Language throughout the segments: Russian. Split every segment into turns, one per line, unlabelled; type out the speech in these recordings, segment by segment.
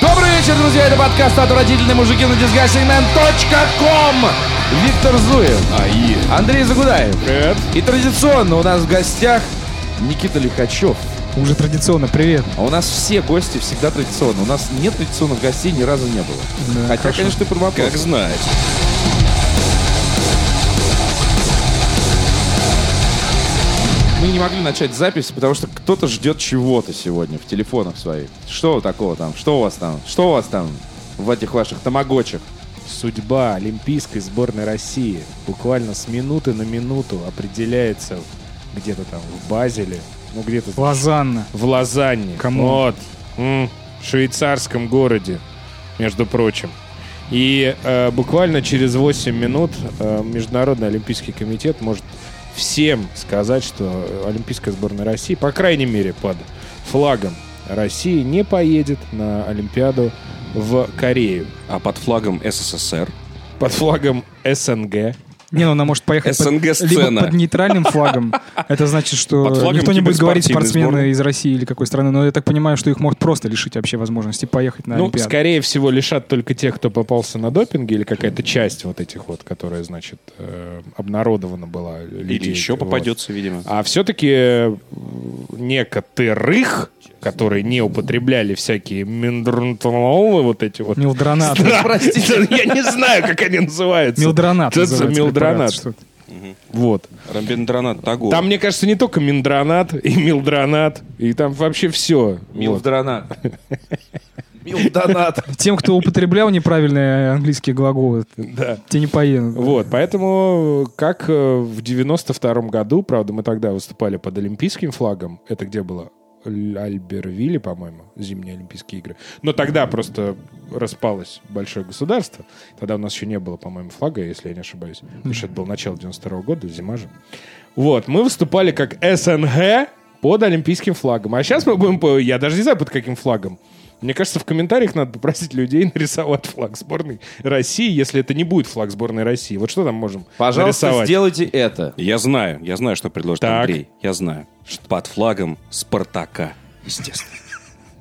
вечер, друзья. Это подкаст от родительной мужики на disgustingman.com. Виктор Зуев. Андрей Загудаев. И традиционно у нас в гостях Никита Лихачев.
Уже традиционно, привет.
А у нас все гости всегда традиционно. У нас нет традиционных гостей ни разу не было.
Да,
Хотя,
хорошо.
конечно, ты промокнул.
Как знаешь.
Мы не могли начать запись, потому что кто-то ждет чего-то сегодня в телефонах своих. Что такого там? Что у вас там? Что у вас там в этих ваших тамагочах?
Судьба Олимпийской сборной России буквально с минуты на минуту определяется где-то там в Базеле, ну где-то
Лазанна.
в Лозанне.
Кому?
Вот. М, в швейцарском городе, между прочим. И э, буквально через 8 минут э, Международный Олимпийский комитет может всем сказать, что э, Олимпийская сборная России, по крайней мере, под флагом России, не поедет на Олимпиаду в Корею.
А под флагом СССР.
Под флагом СНГ.
Не, ну она может поехать под- либо
СНГ-сцена.
под нейтральным флагом. Это значит, что
Под флагом типа
никто не будет говорить
киберспортивной
спортсмены
сборной.
из России или какой страны, но я так понимаю, что их может просто лишить вообще возможности поехать на
Ну,
Олимпиаду.
скорее всего, лишат только тех, кто попался на допинге, или какая-то часть вот этих вот, которая, значит, э, обнародована была.
Или
людей.
еще
Вот.
попадется, видимо.
А все-таки некоторых, которые не употребляли всякие миндрунтонолы, вот эти вот...
Милдронат.
Простите, ну, я не знаю, как они называются.
Милдронат.
Это
называется препарат,
милдронат.
что-то.
Вот.
Рамбендранат Тагор.
Там, мне кажется, не только миндронат и милдронат, и там вообще все.
Милдранат. Милдонат.
Тем, кто употреблял неправильные английские глаголы,
Да.
те не поедут.
Вот, поэтому, как э, в 92-м году, правда, мы тогда выступали под олимпийским флагом, это где было? Л- Альбервилле, по-моему, зимние Олимпийские игры. Но тогда просто распалось большое государство. Тогда у нас еще не было, по-моему, флага, если я не ошибаюсь. Потому что это было начало 92 года, зима же. Вот, мы выступали как СНГ под олимпийским флагом. А сейчас мы будем... по- Я даже не знаю, под каким флагом. Мне кажется, в комментариях надо попросить людей нарисовать флаг сборной России, если это не будет флаг сборной России. Вот что там можем
Пожалуйста,
нарисовать?
сделайте это.
Я знаю, я знаю, что предложит
Так.
Андрей. Я знаю. Под флагом Спартака. Естественно.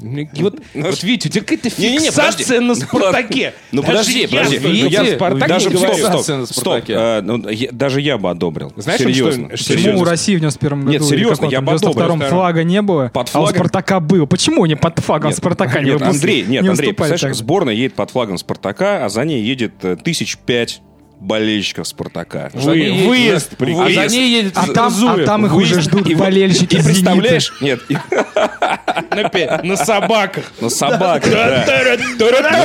Мне- Вот,
Ну,
вот видите, у тебя какая-то
Не-не-не,
фиксация на Спартаке.
Ну
Даже
подожди,
я
подожди.
столько
Видите?
про Спартак
Даже
не
стоп,
говорю.
стоп,
Ассоциация на
стоп.
Спартаке.
Э, ну, я- даже я бы одобрил.
Знаешь, он
серьезно?
что-
Почему у
серьезно.
России в 91 году?
Нет,
или
серьезно,
каком
я
там,
подумал,
В 92-м
что
флага не было,
под
а у
флагом-
Спартака был. Почему не под флагом
Нет,
Спартака не
нет,
выпускали?
Андрей, нет,
не
Андрей,
выступали
представляешь,
тогда?
сборная едет под флагом Спартака, а за ней едет э, тысяч пять болельщиков Спартака.
Вы- выезд,
А
прикинь.
за ней едет
А там, а
Зуев.
там их
Выезд.
уже ждут
И вот-
болельщики
И
«Зенита».
представляешь? Нет, и-
На пе- На собаках.
на собаках, Ну, да.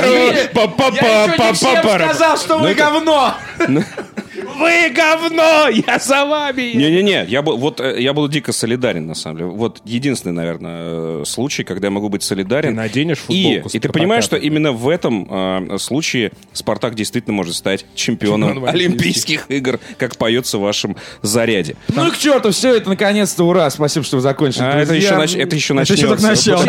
Я еще не всем сказал, что
Ну,
вы говно!
Вы говно! Я за вами!
Не-не-не, я, бу- вот, э, я буду дико солидарен, на самом деле. Вот единственный, наверное, э, случай, когда я могу быть солидарен.
Ты наденешь
и, и
футболку
ты
Спартака,
понимаешь, что
тогда.
именно в этом э, случае Спартак действительно может стать чемпионом
Чемпионом
Олимпийских игр, как поется в вашем заряде.
Ну и к черту, все это наконец-то, ура, спасибо, что вы закончили.
А это,
друзья.
еще нач- это еще
Это еще только
начнется.
начало.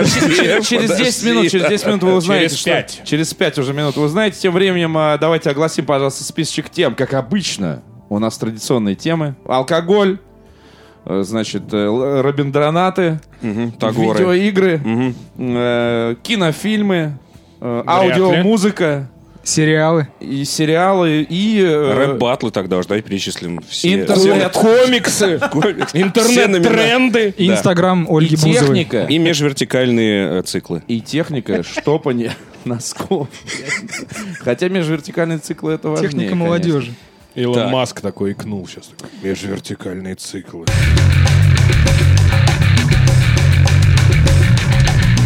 Через через
Подожди,
10 минут, через 10 минут вы узнаете.
Через
что-
пять.
Через 5 уже минут вы узнаете. Тем временем а, давайте огласим, пожалуйста, списочек тем. Как обычно, у нас традиционные темы. Алкоголь, э, значит, э, л- робиндранаты,
Мгм, Тагоры.
видеоигры,
Мгм.
э, кинофильмы, э,
Вряд ли.
аудиомузыка
Сериалы.
и сериалы, и... э,
Рэп-батлы тогда уж, давай перечислим все.
Интернет.
Комиксы, интернет-тренды.
И Инстаграм Ольги
и
Бузовой.
техника.
И межвертикальные э, циклы.
и техника штопания носков. Хотя межвертикальные циклы это важнее.
Техника
конечно.
молодежи.
Илон
Так.
Маск такой икнул сейчас. такой, Межвертикальные циклы.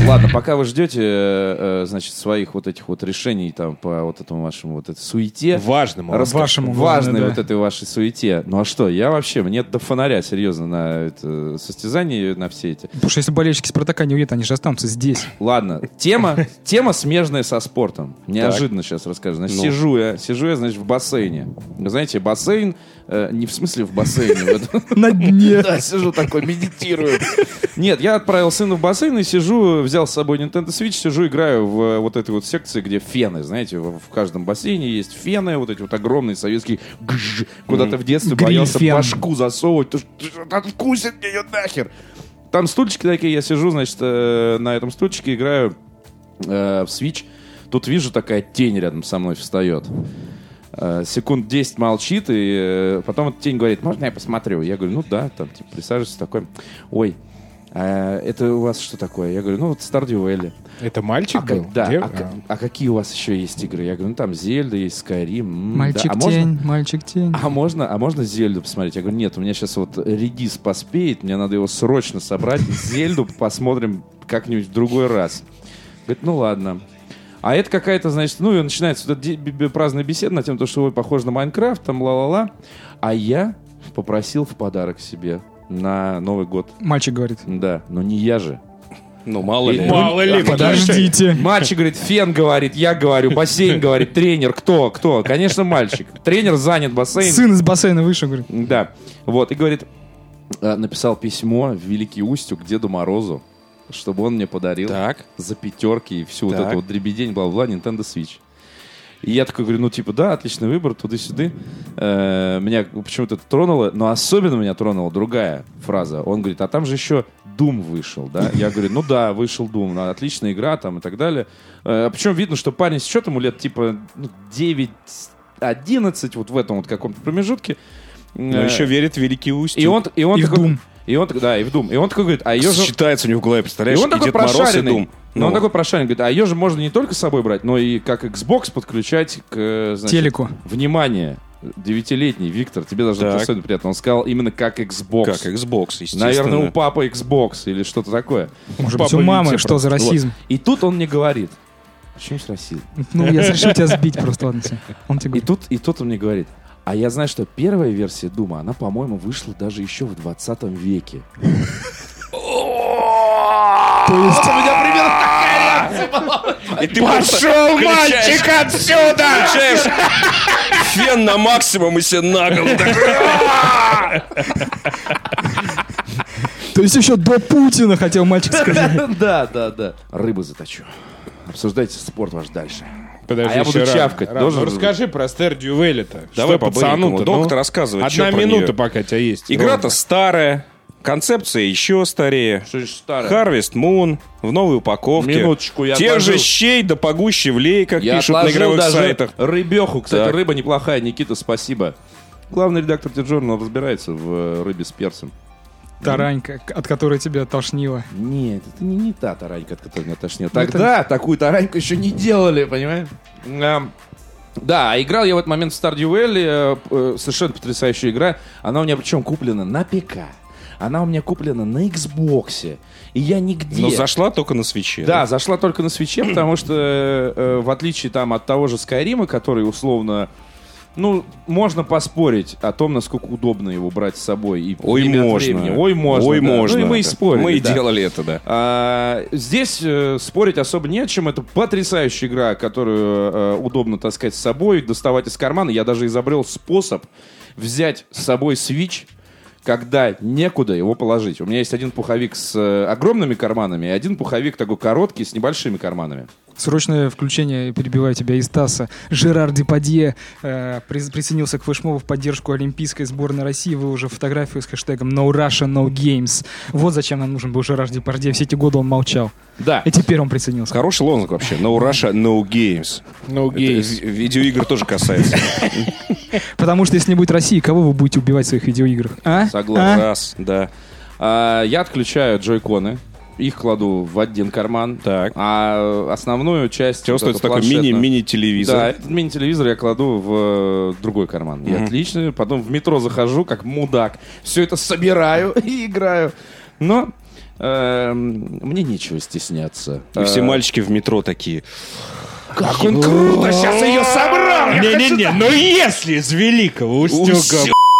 Ладно, пока вы ждете, э, э, значит, своих вот этих вот решений там по вот этому вашему вот этой суете.
Важному.
Рас-
а Вашему,
важной
главное,
вот
да.
этой вашей суете. Ну а что, я вообще, мне до фонаря, серьезно, на это э, состязание, на все эти.
Потому что если болельщики Спартака не уедут, они же останутся здесь.
Ладно, тема, тема смежная со спортом. Неожиданно сейчас расскажу. Значит,
Ну.
сижу я, сижу я, значит, в бассейне. Вы Знаете, бассейн, э, не в смысле в бассейне, вот
На дне.
Да, сижу такой, медитирую. Нет, я отправил сына в бассейн и сижу, взял с собой Nintendo Switch, сижу, играю в э, вот этой вот секции, где фены, знаете, в, в каждом бассейне есть фены, вот эти вот огромные советские, гжж. куда-то в детстве
Гриль
боялся
фен.
башку засовывать, потому что «Ты откусит мне ее нахер. Там стульчики такие, я сижу, значит, э, на этом стульчике играю э, в Switch. Тут вижу, такая тень рядом со мной встает. Э, Секунд 10 молчит, и э, потом эта тень говорит, можно я посмотрю? Я говорю, ну да, там, типа, присаживайся такой. Ой, а это у вас что такое? Я говорю, ну вот Stardew Valley.
Это мальчик
А
был?
как- да,
Дев-
а, ка-
а.
а какие у вас еще есть игры? Я говорю, ну там Зельда есть, Скайрим. м, да. А можно-
Мальчик-тень, мальчик-тень.
а можно, а можно Зельду посмотреть? Я говорю, нет, у меня сейчас вот редис поспеет, мне надо его срочно собрать. Зельду посмотрим как-нибудь в другой раз. Говорит, ну ладно. А это какая-то, значит, ну и начинается вот эта де- бе- бе- праздная беседа на тем, то, что вы похожи на Майнкрафт, там ла-ла-ла. А я попросил в подарок себе на Новый год.
Мальчик говорит.
Да, но не я же.
Ну, мало ли.
Мало ли, А. подожди.
Подождите.
Мальчик говорит, фен говорит, я говорю, бассейн говорит, тренер, кто, кто? Конечно, мальчик. Тренер занят, бассейн
Сын из бассейна вышел, говорит.
Да. Вот, и говорит, э, написал письмо в Великий Устюг Деду Морозу, чтобы он мне подарил
Так.
за пятерки и всю вот
Так.
эту вот дребедень, бла-бла, Nintendo Switch. И я такой говорю, ну, типа, да, отличный выбор, туда-сюда. Э, меня почему-то это тронуло, но особенно меня тронула другая фраза. Он говорит, а там же еще Doom вышел, да? Я говорю, ну да, вышел Doom, ну, отличная игра там и так далее. Э, причем видно, что парень с счетом ему лет, типа, ну, 9-11, вот в этом вот каком-то промежутке.
Но
Э,
еще верит в Великий Устюг.
и он, и он
И в
такой-
Doom.
И он, так- да, и в Doom. И он такой говорит, а ее же...
считается у него в голове,
И
представляешь?
он
и
такой
Дед Мороз, и
прошаренный.
Дум. Ну,
Но
ну.
он такой прошаренный. Говорит, а ее же можно не только с собой брать, но и как Xbox подключать к... э, значит,
Телеку.
Внимание, девятилетний Виктор, тебе должно быть
Так.
особенно приятно. Он сказал именно как Xbox.
Как Xbox, естественно.
Наверное, у папы Xbox или что-то такое.
Может быть,
Папа
у мамы,
Винце
что за расизм?
типа, Вот. И тут он мне говорит... Почему с Россией?
Ну, я решил тебя сбить просто, ладно тебе. Он тебе
И
говорит.
тут, и тут он мне говорит, а я знаю, что первая версия Дума, она, по-моему, вышла даже еще в 20 веке. А,
у меня примерно такая реакция была. И ты Пошел, мальчик, отсюда! фен на максимум и себе на голову.
То есть еще до Путина хотел мальчик сказать.
Да, да, да. Рыбу заточу. Обсуждайте спорт ваш дальше.
Подожди,
А я буду
еще рано,
чавкать,
рано.
должен
Ну, расскажи про Стердью Вэлли-то.
Давай
Что
по
пацану-то? Ну,
быренькому. Доктор, рассказывай, чё
Одна
про
минута,
неё?
пока у тебя есть.
Игра-то старая, концепция еще старее.
Что же старое?
Harvest Moon в новой упаковке.
Минуточку, я
Тех
отложил.
же щей да погуще влей, как
Я
пишут на
отложил
игровых
даже
сайтах.
рыбеху. Кстати,
Так.
рыба неплохая. Никита, спасибо. Главный редактор Тиджорнал разбирается в э, рыбе с перцем.
Таранька, от которой тебя тошнило.
Нет, это не, не та таранька, от которой меня тошнило. Тогда такую тараньку еще не делали, понимаешь? Ам, Да, а играл я в этот момент в Stardew Valley. э, п- э, Совершенно потрясающая игра. Она у меня причем куплена на ПК. Она у меня куплена на Xbox. И я нигде...
Но зашла только на свече.
Да, зашла только на свече, потому что э, э, в отличие там от того же Skyrim, который условно, ну, можно поспорить о том, насколько удобно его брать с собой. И
Ой,
время от
можно.
времени. Ой, можно.
Ой,
да.
можно.
Ну, и мы и
Да.
спорили.
Мы и
да.
делали это, да.
А, здесь э, спорить особо не о чем. Это потрясающая игра, которую э, удобно таскать с собой, доставать из кармана. Я даже изобрел способ взять с собой Switch, когда некуда его положить. У меня есть один пуховик с э, огромными карманами и один пуховик такой короткий с небольшими карманами.
Срочное включение, перебиваю тебя, из ТАССа. Жерар Депадье э, приз- присоединился к флешмобу в поддержку Олимпийской сборной России, выложив фотографию с хэштегом «No Russia, no games». Вот зачем нам нужен был Жерар Депардье. Все эти годы он молчал.
Да.
И теперь он присоединился.
Хороший лозунг вообще. No Russia, no games.
Ну,
Это ви- видеоигр тоже касается.
Потому что если не будет России, кого вы будете убивать в своих видеоиграх? А?
Согласен.
Раз, да.
А, я отключаю джойконы. Их кладу в один карман.
Так.
А основную часть...
Тебе
вот
остается
эту
такой
планшетную- Да,
мини-мини-телевизор.
этот мини-телевизор я кладу в э, другой карман. И
Мгм.
отлично. Потом в метро захожу, как мудак. Все это собираю и играю. Но эм, мне нечего стесняться.
И все
Э,
мальчики в метро такие.
Как он круто! Сейчас ее собрал! Я
Не-не-не, но если из Великого Устюга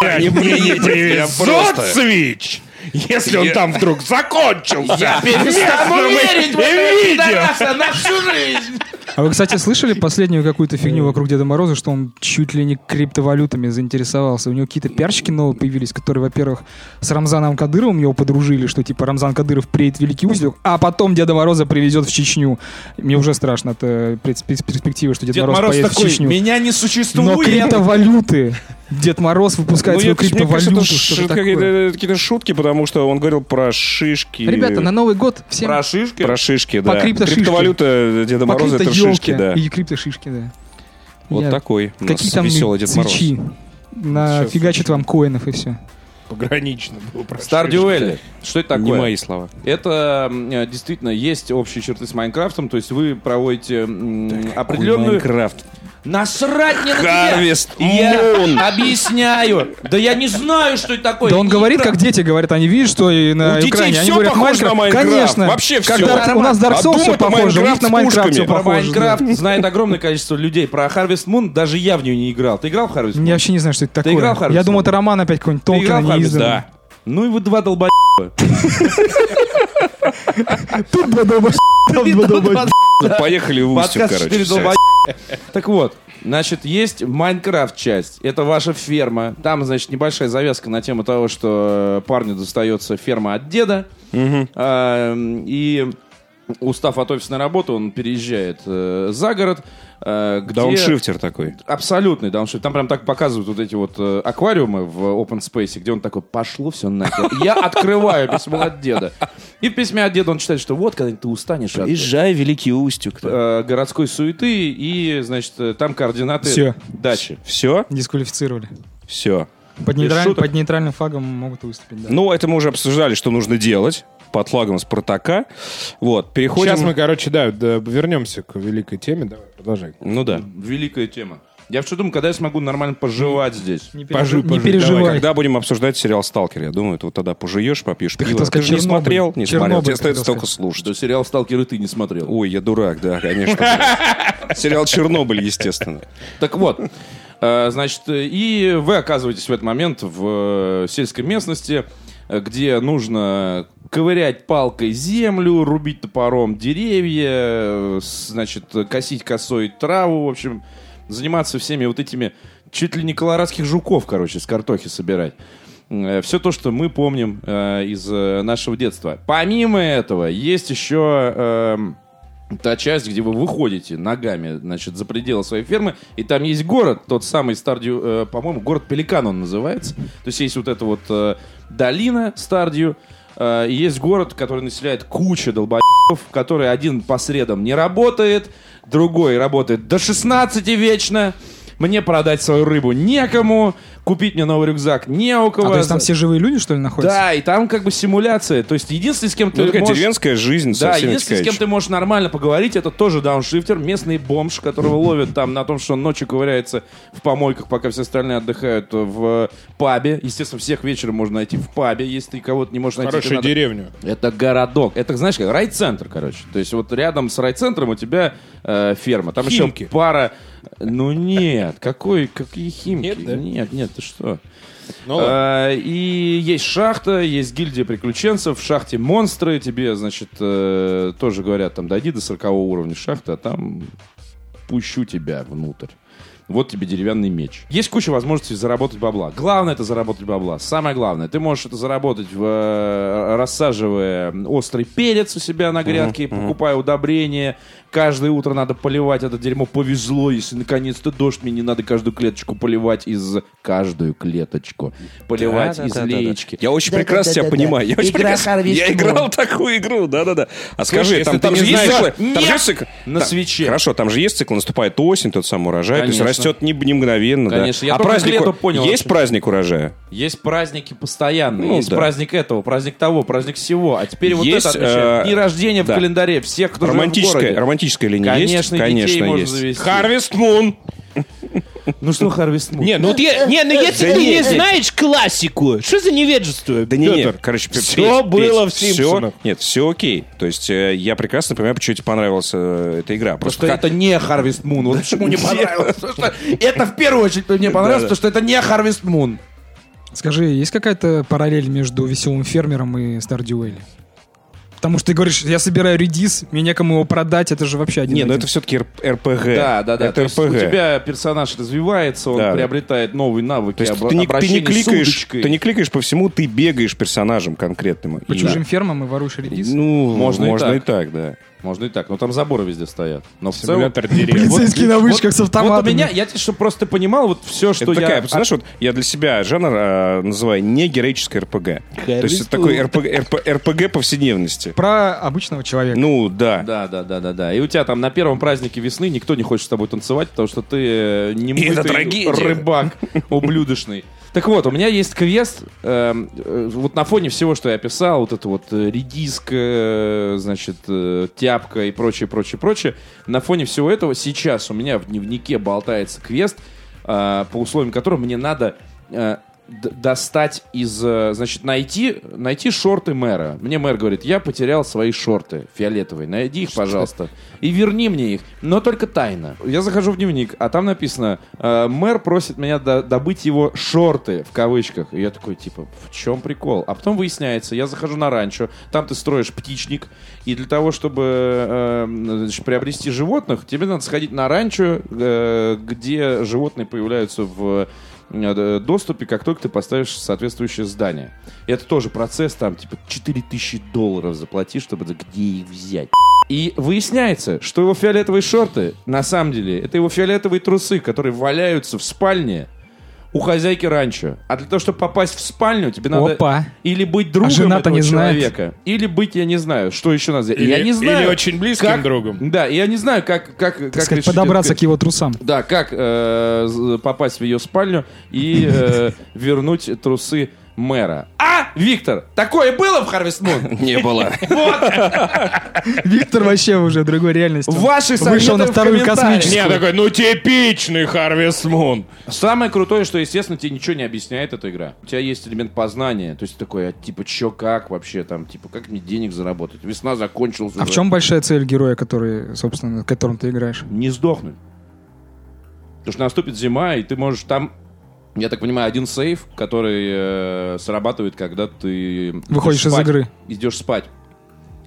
Э,
блядь, мне не привезут
просто.
Свич, если он там вдруг закончился,
перестану
местному
верить в этого
видео.
пидораса на всю жизнь!
А вы, кстати, слышали последнюю какую-то фигню вокруг Деда Мороза, что он чуть ли не криптовалютами заинтересовался? У него какие-то пиарщики новые появились, которые, во-первых, с Рамзаном Кадыровым его подружили, что типа Рамзан Кадыров приедет в Великий Узел, а потом Деда Мороза привезет в Чечню. Мне уже страшно от э, пред- перспективы, что Дед,
Дед
Мороз,
Мороз
поедет в
такой,
Чечню.
меня не
Но
существует!
криптовалюты Дед Мороз выпускает свою
это ж- Ну, мне кажется,
криптовалюту,
это
что-то
ш-
такое.
какие-то э, какие-то шутки, потому что он говорил про шишки.
Ребята, на Новый год всем
Про шишки?
Про шишки,
По
да.
криптошишке.
Криптовалюта э, Деда
по
Мороза — это шишки,
криптоелке
да.
и криптошишки, да.
Вот
Я-
такой у нас
Какие там
веселый Дед Мороз.
свечи? Нафигачит вам коинов и все.
Погранично было про
Стардюэлли. Что это
Не
такое?
мои слова.
Это м, э, действительно есть общие черты с Майнкрафтом, то есть вы проводите м, определенную...
Майнкрафт.
Насрать мне на тебя!
Harvest Moon.
А Я объясняю. Да я не знаю, что это такое.
Да он говорит, как дети говорят, они видят, что и на
У детей
экране. Они
всё
говорят,
похоже на Майнкрафт.
Конечно.
Вообще всё.
Когда ты- у нас Dark
А
Souls все
думай,
похоже, у них
Майнкрафт
на
с
Майнкрафт все
пушками.
Про
похоже. да.
Майнкрафт знает огромное количество людей. Про Harvest Moon даже я в нее не играл. Ты играл в Harvest Moon?
Я вообще не знаю, что это
Ты играл в
такое.
Harvest
Я думал,
Moon?
это роман опять какой-нибудь а
Ты играл в Harvest
Толкина
Moon?
неизданный.
Да. Ну и вы два долба...
Тут два долба- там два долба-
Поехали в Устюг,
Подкаст
короче.
Ну, «Четыре долба-
всё.
Так вот, значит, есть Майнкрафт часть. Это ваша ферма. Там, значит, небольшая завязка на тему того, что э, парню достается ферма от деда. А, м, И устав от офисной работы, он переезжает э, за город. э, где-
Дауншифтер такой.
Абсолютный дауншифт. Там прям так показывают вот эти вот э, аквариумы в open space, где он такой, пошло все нахер. Я открываю письмо от деда. И в письме от деда он читает, что вот, когда ты устанешь от
Езжай, Великий Устюг.
э, городской суеты, и, значит, э, там координаты
Всё.
дачи.
Все?
Дисквалифицировали.
Все.
Под,
Без
нейтраль-
шуток.
под нейтральным флагом могут выступить, да.
Ну, это мы уже обсуждали, что нужно делать под флагом Спартака. Вот, переходим...
Сейчас мы, короче, да, да, вернемся к великой теме. Давай, продолжай.
Ну да.
Великая тема. Я все думаю, когда я смогу нормально поживать здесь.
не,
пожуй,
пережи- не
пожуй,
переживай.
Когда будем обсуждать сериал «Сталкер», я думаю, ты вот тогда пожуешь, попьешь пиво.
хотел
Ты
сказать
же не
Чернобыль.
смотрел? Не смотрел.
Чернобыль
Тебе
хотел
остается только слушать.
Что сериал «Сталкер» и ты не смотрел.
Ой, я дурак, да, конечно. блин. Сериал «Чернобыль», естественно.
Так вот, э, значит, э, и вы оказываетесь в этот момент в э, сельской местности, э, где нужно ковырять палкой землю, рубить топором деревья, э, с- значит, э, косить косой траву, в общем, заниматься всеми вот этими чуть ли не колорадских жуков, короче, с картохи собирать. Все то, что мы помним э, из э, нашего детства. Помимо этого, есть еще эм, та часть, где вы выходите ногами, значит, за пределы своей фермы, и там есть город, тот самый Стардию, э, по-моему, город Пеликан он называется. То есть есть вот эта вот э, долина Стардию, э, и есть город, который населяет куча долбоебов, который один по средам не работает, другой работает до 16 вечно, мне продать свою рыбу некому, купить мне новый рюкзак не у
А
кого.
то есть там все живые люди, что ли, находятся?
Да, и там как бы симуляция. То есть единственный, с кем ты
Ну, такая
можешь...
деревенская жизнь со
Да,
всеми
единственный, с кем
текающими.
ты можешь нормально поговорить, это тоже дауншифтер, местный бомж, которого ловят там на том, что он ночью ковыряется в помойках, пока все остальные отдыхают э, в э, пабе. Естественно, всех вечером можно найти в пабе, если ты кого-то не можешь найти. ты
Хорошую
надо-
деревню.
это городок. Это, знаешь, как райцентр, короче. То есть вот рядом с райцентром у тебя э, ферма. Там
Химки.
еще пара... Ну нет, какой, какие химки?
Нет, да?
нет, нет, ты что?
Ну ладно.
А, И есть шахта, есть гильдия приключенцев, в шахте монстры, тебе, значит, э, тоже говорят, там, дойди до 40 уровня шахты, а там пущу тебя внутрь. Вот тебе деревянный меч. Есть куча возможностей заработать бабла. Главное это заработать бабла. Самое главное. Ты можешь это заработать, в, э, рассаживая острый перец у себя на грядке, покупая удобрения. Каждое утро надо поливать это дерьмо. Повезло, если наконец-то дождь, мне не надо каждую клеточку поливать из... Каждую клеточку. Поливать из леечки.
Я очень прекрасно тебя понимаю. Я очень прекрасно- Я играл такую игру, да-да-да. А скажи,
если
там
ты
там
не
же есть
знаешь-
цикл- там же
Нет!
есть цикл?
На
Да.
свече.
Хорошо, там же есть цикл, наступает осень, тот самый урожай, то есть
Конечно.
растет не, не мгновенно. да.
Конечно, я
а
только к
праздник,
лету понял
есть
вообще.
праздник урожая?
Есть праздники постоянные.
Ну,
есть
да.
праздник этого, праздник того, праздник всего. А теперь вот
Есть,
это отмечают.
э,
Дни рождения в
да.
календаре всех, кто живет ну, в
Романтическая,
городе.
романтическая линия есть?
Конечно, детей можно
есть.
завести.
Harvest Moon.
Ну что, Харвест Мун?
Не, ну вот я...
Не, ну если
Да
ты
не,
не
нет.
знаешь классику, что за невежество?
Да не, не,
Пётр,
короче, Петь,
всё
Петь,
было в
всё-
«Симпсонах».
Нет, все окей. То есть э, я прекрасно понимаю, почему тебе понравилась э, эта игра.
Потому что
как-
это не Харвест Мун. Вот почему мне понравилось. Потому что Это в первую очередь мне понравилось, потому что это не Харвест Мун.
Скажи, есть какая-то параллель между веселым фермером и Стардюэлли? Потому что ты говоришь, я собираю редис, мне некому его продать, это же вообще один
Не,
в
ну
один.
это все-таки РПГ.
Да, да, да. То
Э, Это
есть у
РПГ.
тебя персонаж развивается, он
Да.
приобретает новые навыки
То есть
обра-
ты, не, ты не
обращения э, с
кликаешь,
удочкой.
ты не кликаешь по всему, ты бегаешь персонажем конкретному.
По
И-
чужим фермам и воруешь
И-
редис?
Ну,
Можно
можно,
и
и так, да.
можно и так. Но там заборы везде стоят. Но в целом...
Симулятор деревьев.
Вот-
Полицейские на вышках с
Вот у
автоматами.
меня, я тебе, чтобы просто ты понимал, вот все, что
Это такая,
я...
вот знаешь, вот я для себя жанр э, называю не героическое РПГ. То есть это такой РПГ повседневности.
Про обычного человека.
Ну, да.
Да, да, да, да, да. И у тебя там на первом празднике весны никто не хочет с тобой танцевать, потому что ты э, немытый
это трагедия.
рыбак ублюдочный. Так вот, у меня есть квест, эм, э, вот на фоне всего, что я описал, вот это вот э, редиска, э, значит, э, тяпка и прочее, прочее, прочее, на фоне всего этого сейчас у меня в дневнике болтается квест, э, по условиям которого мне надо э, д- достать из, э, значит, найти, найти шорты мэра. Мне мэр говорит, я потерял свои шорты фиолетовые, найди их, пожалуйста, и верни мне их, но только тайно. Я захожу в дневник, а там написано, э, мэр просит меня до- добыть его шорты, в кавычках. И я такой, типа, в чем прикол? А потом выясняется, я захожу на ранчо, там ты строишь птичник, и для того, чтобы э, значит, приобрести животных, тебе надо сходить на ранчо, э, где животные появляются в э, доступе, как только ты поставишь соответствующее здание. И Это тоже процесс, там, типа, 4000 долларов заплати, чтобы это- где их взять. И выясняется, что его фиолетовые шорты, на самом деле, это его фиолетовые трусы, которые валяются в спальне у хозяйки ранчо. А для того, чтобы попасть в спальню, тебе надо
Опа. А
или быть другом
жена-то
этого
не знает.
человека, или быть, я не знаю, что еще надо сделать. я
Или-
не знаю,
Или очень близким
как-
другом.
Да, и я не знаю, как, как, как
Так сказать,
решить
подобраться
этот-
к его трусам.
да, как э, з- попасть в ее спальню и э, вернуть трусы мэра. А, Виктор, такое было в Harvest Moon?
Не было.
Виктор вообще уже другой реальности.
Ваши советы
Вышел на
в
вторую
комментариях. ну,
космическую.
Не, такой, ну типичный Харвест Мун.
Самое крутое, что, естественно, тебе ничего не объясняет эта игра. У тебя есть элемент познания. То есть такой, а, типа, чё, как вообще там, типа, как мне денег заработать? Весна закончилась
А в
уже.
чем большая цель героя, который, собственно, которым ты играешь?
Не сдохнуть. Потому что наступит зима, и ты можешь там... Я так понимаю, один сейф, который э, срабатывает, когда ты...
Выходишь
идёшь
из
спать.
игры.
Идешь спать.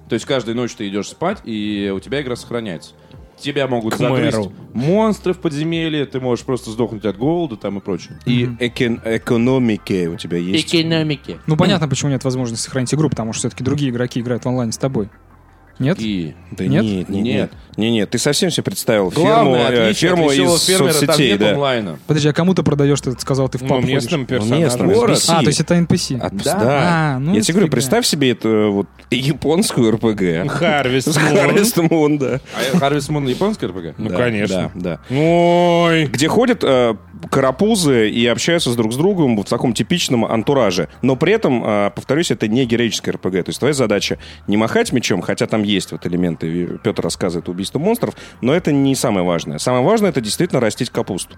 То есть каждую ночь ты идешь спать, и у тебя игра сохраняется. Тебя могут
К
загрызть
мэру.
монстры в подземелье, ты можешь просто сдохнуть от голода там и прочее.
И экен- экономики у тебя есть.
Экономики.
Ну, понятно, почему нет возможности сохранить игру, потому что все-таки другие игроки играют в онлайне с тобой. Нет?
И
Да
Нет?
нет, нет,
Нет.
нет. Не, нет, ты совсем себе представил ферму,
главное,
э,
отличие
ферму
от веселого
из
фермера, там
соцсетей,
нет
да.
онлайна.
Подожди, а кому ты продаешь, ты сказал, ты в
Ну,
паб ходишь?
местным
местным,
персонажем.
из
Город.
России.
А, то есть это NPC.
От-
Да.
да.
А, ну
Я тебе говорю,
фига.
представь себе это вот японскую РПГ.
Харвест
С
Мун.
Харвестом Мун, да.
А Harvest Moon японская РПГ?
Ну,
Да,
конечно.
Да, да.
Ой.
Где ходят э, карапузы и общаются с друг с другом в таком типичном антураже. Но при этом, э, повторюсь, это не героическое РПГ. То есть твоя задача не махать мечом, хотя там есть вот элементы, Петр рассказывает, убийство монстров, но это не самое важное. Самое важное это действительно растить капусту.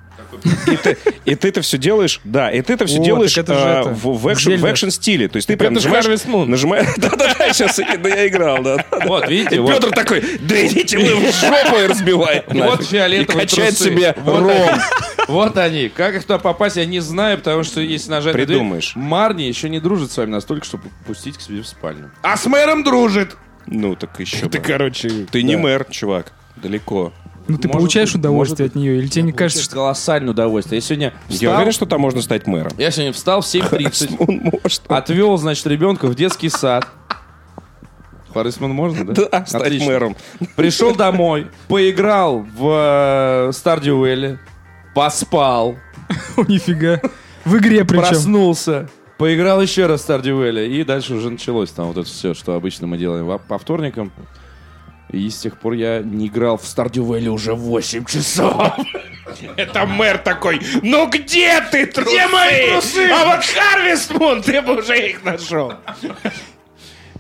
И ты, и ты это все делаешь, да, и ты это все
О,
делаешь
так это же
э,
это,
в, в экшен,
Зельда.
в экшен-стиле. То есть ты
Так
прям
это ж
нажимаешь...
Harvest Moon.
нажимаешь- Да-да-да, сейчас я играл, да.
Вот, видите,
И
вот.
Петр такой, да идите вы в жопу и разбивает.
Вот
нафиг.
фиолетовые
И качает
трусы.
себе
Вот
ром.
они. Вот они. Как их туда попасть, я не знаю, потому что если нажать... на дверь,
Придумаешь.
Марни еще не дружит с вами настолько, чтобы пустить к себе в спальню. А с мэром дружит!
Ну, так еще
Ты,
бы.
короче...
Ты не
да.
мэр, чувак. Далеко.
Ну, ты
Может
получаешь
быть,
удовольствие
может
от нее, или тебе не кажется, что...
Колоссальное удовольствие. Я сегодня
Я
встал...
уверен, что там можно стать мэром.
Я сегодня встал в 7.30,
Он может.
отвел, значит, ребенка в детский сад. Харрисман можно, да?
Да, стать
Отлично.
мэром.
Пришел домой, поиграл в Стардиуэле, поспал,
О, нифига. В игре причем.
проснулся, поиграл еще раз в Стардиуэле, и дальше уже началось там вот это все, что обычно мы делаем во- по вторникам. И с тех пор я не играл в Стардиуэле уже 8 часов.
Это мэр такой, ну где ты, трусы? Где мои трусы? А вот Харвест Мун, ты бы уже их нашел.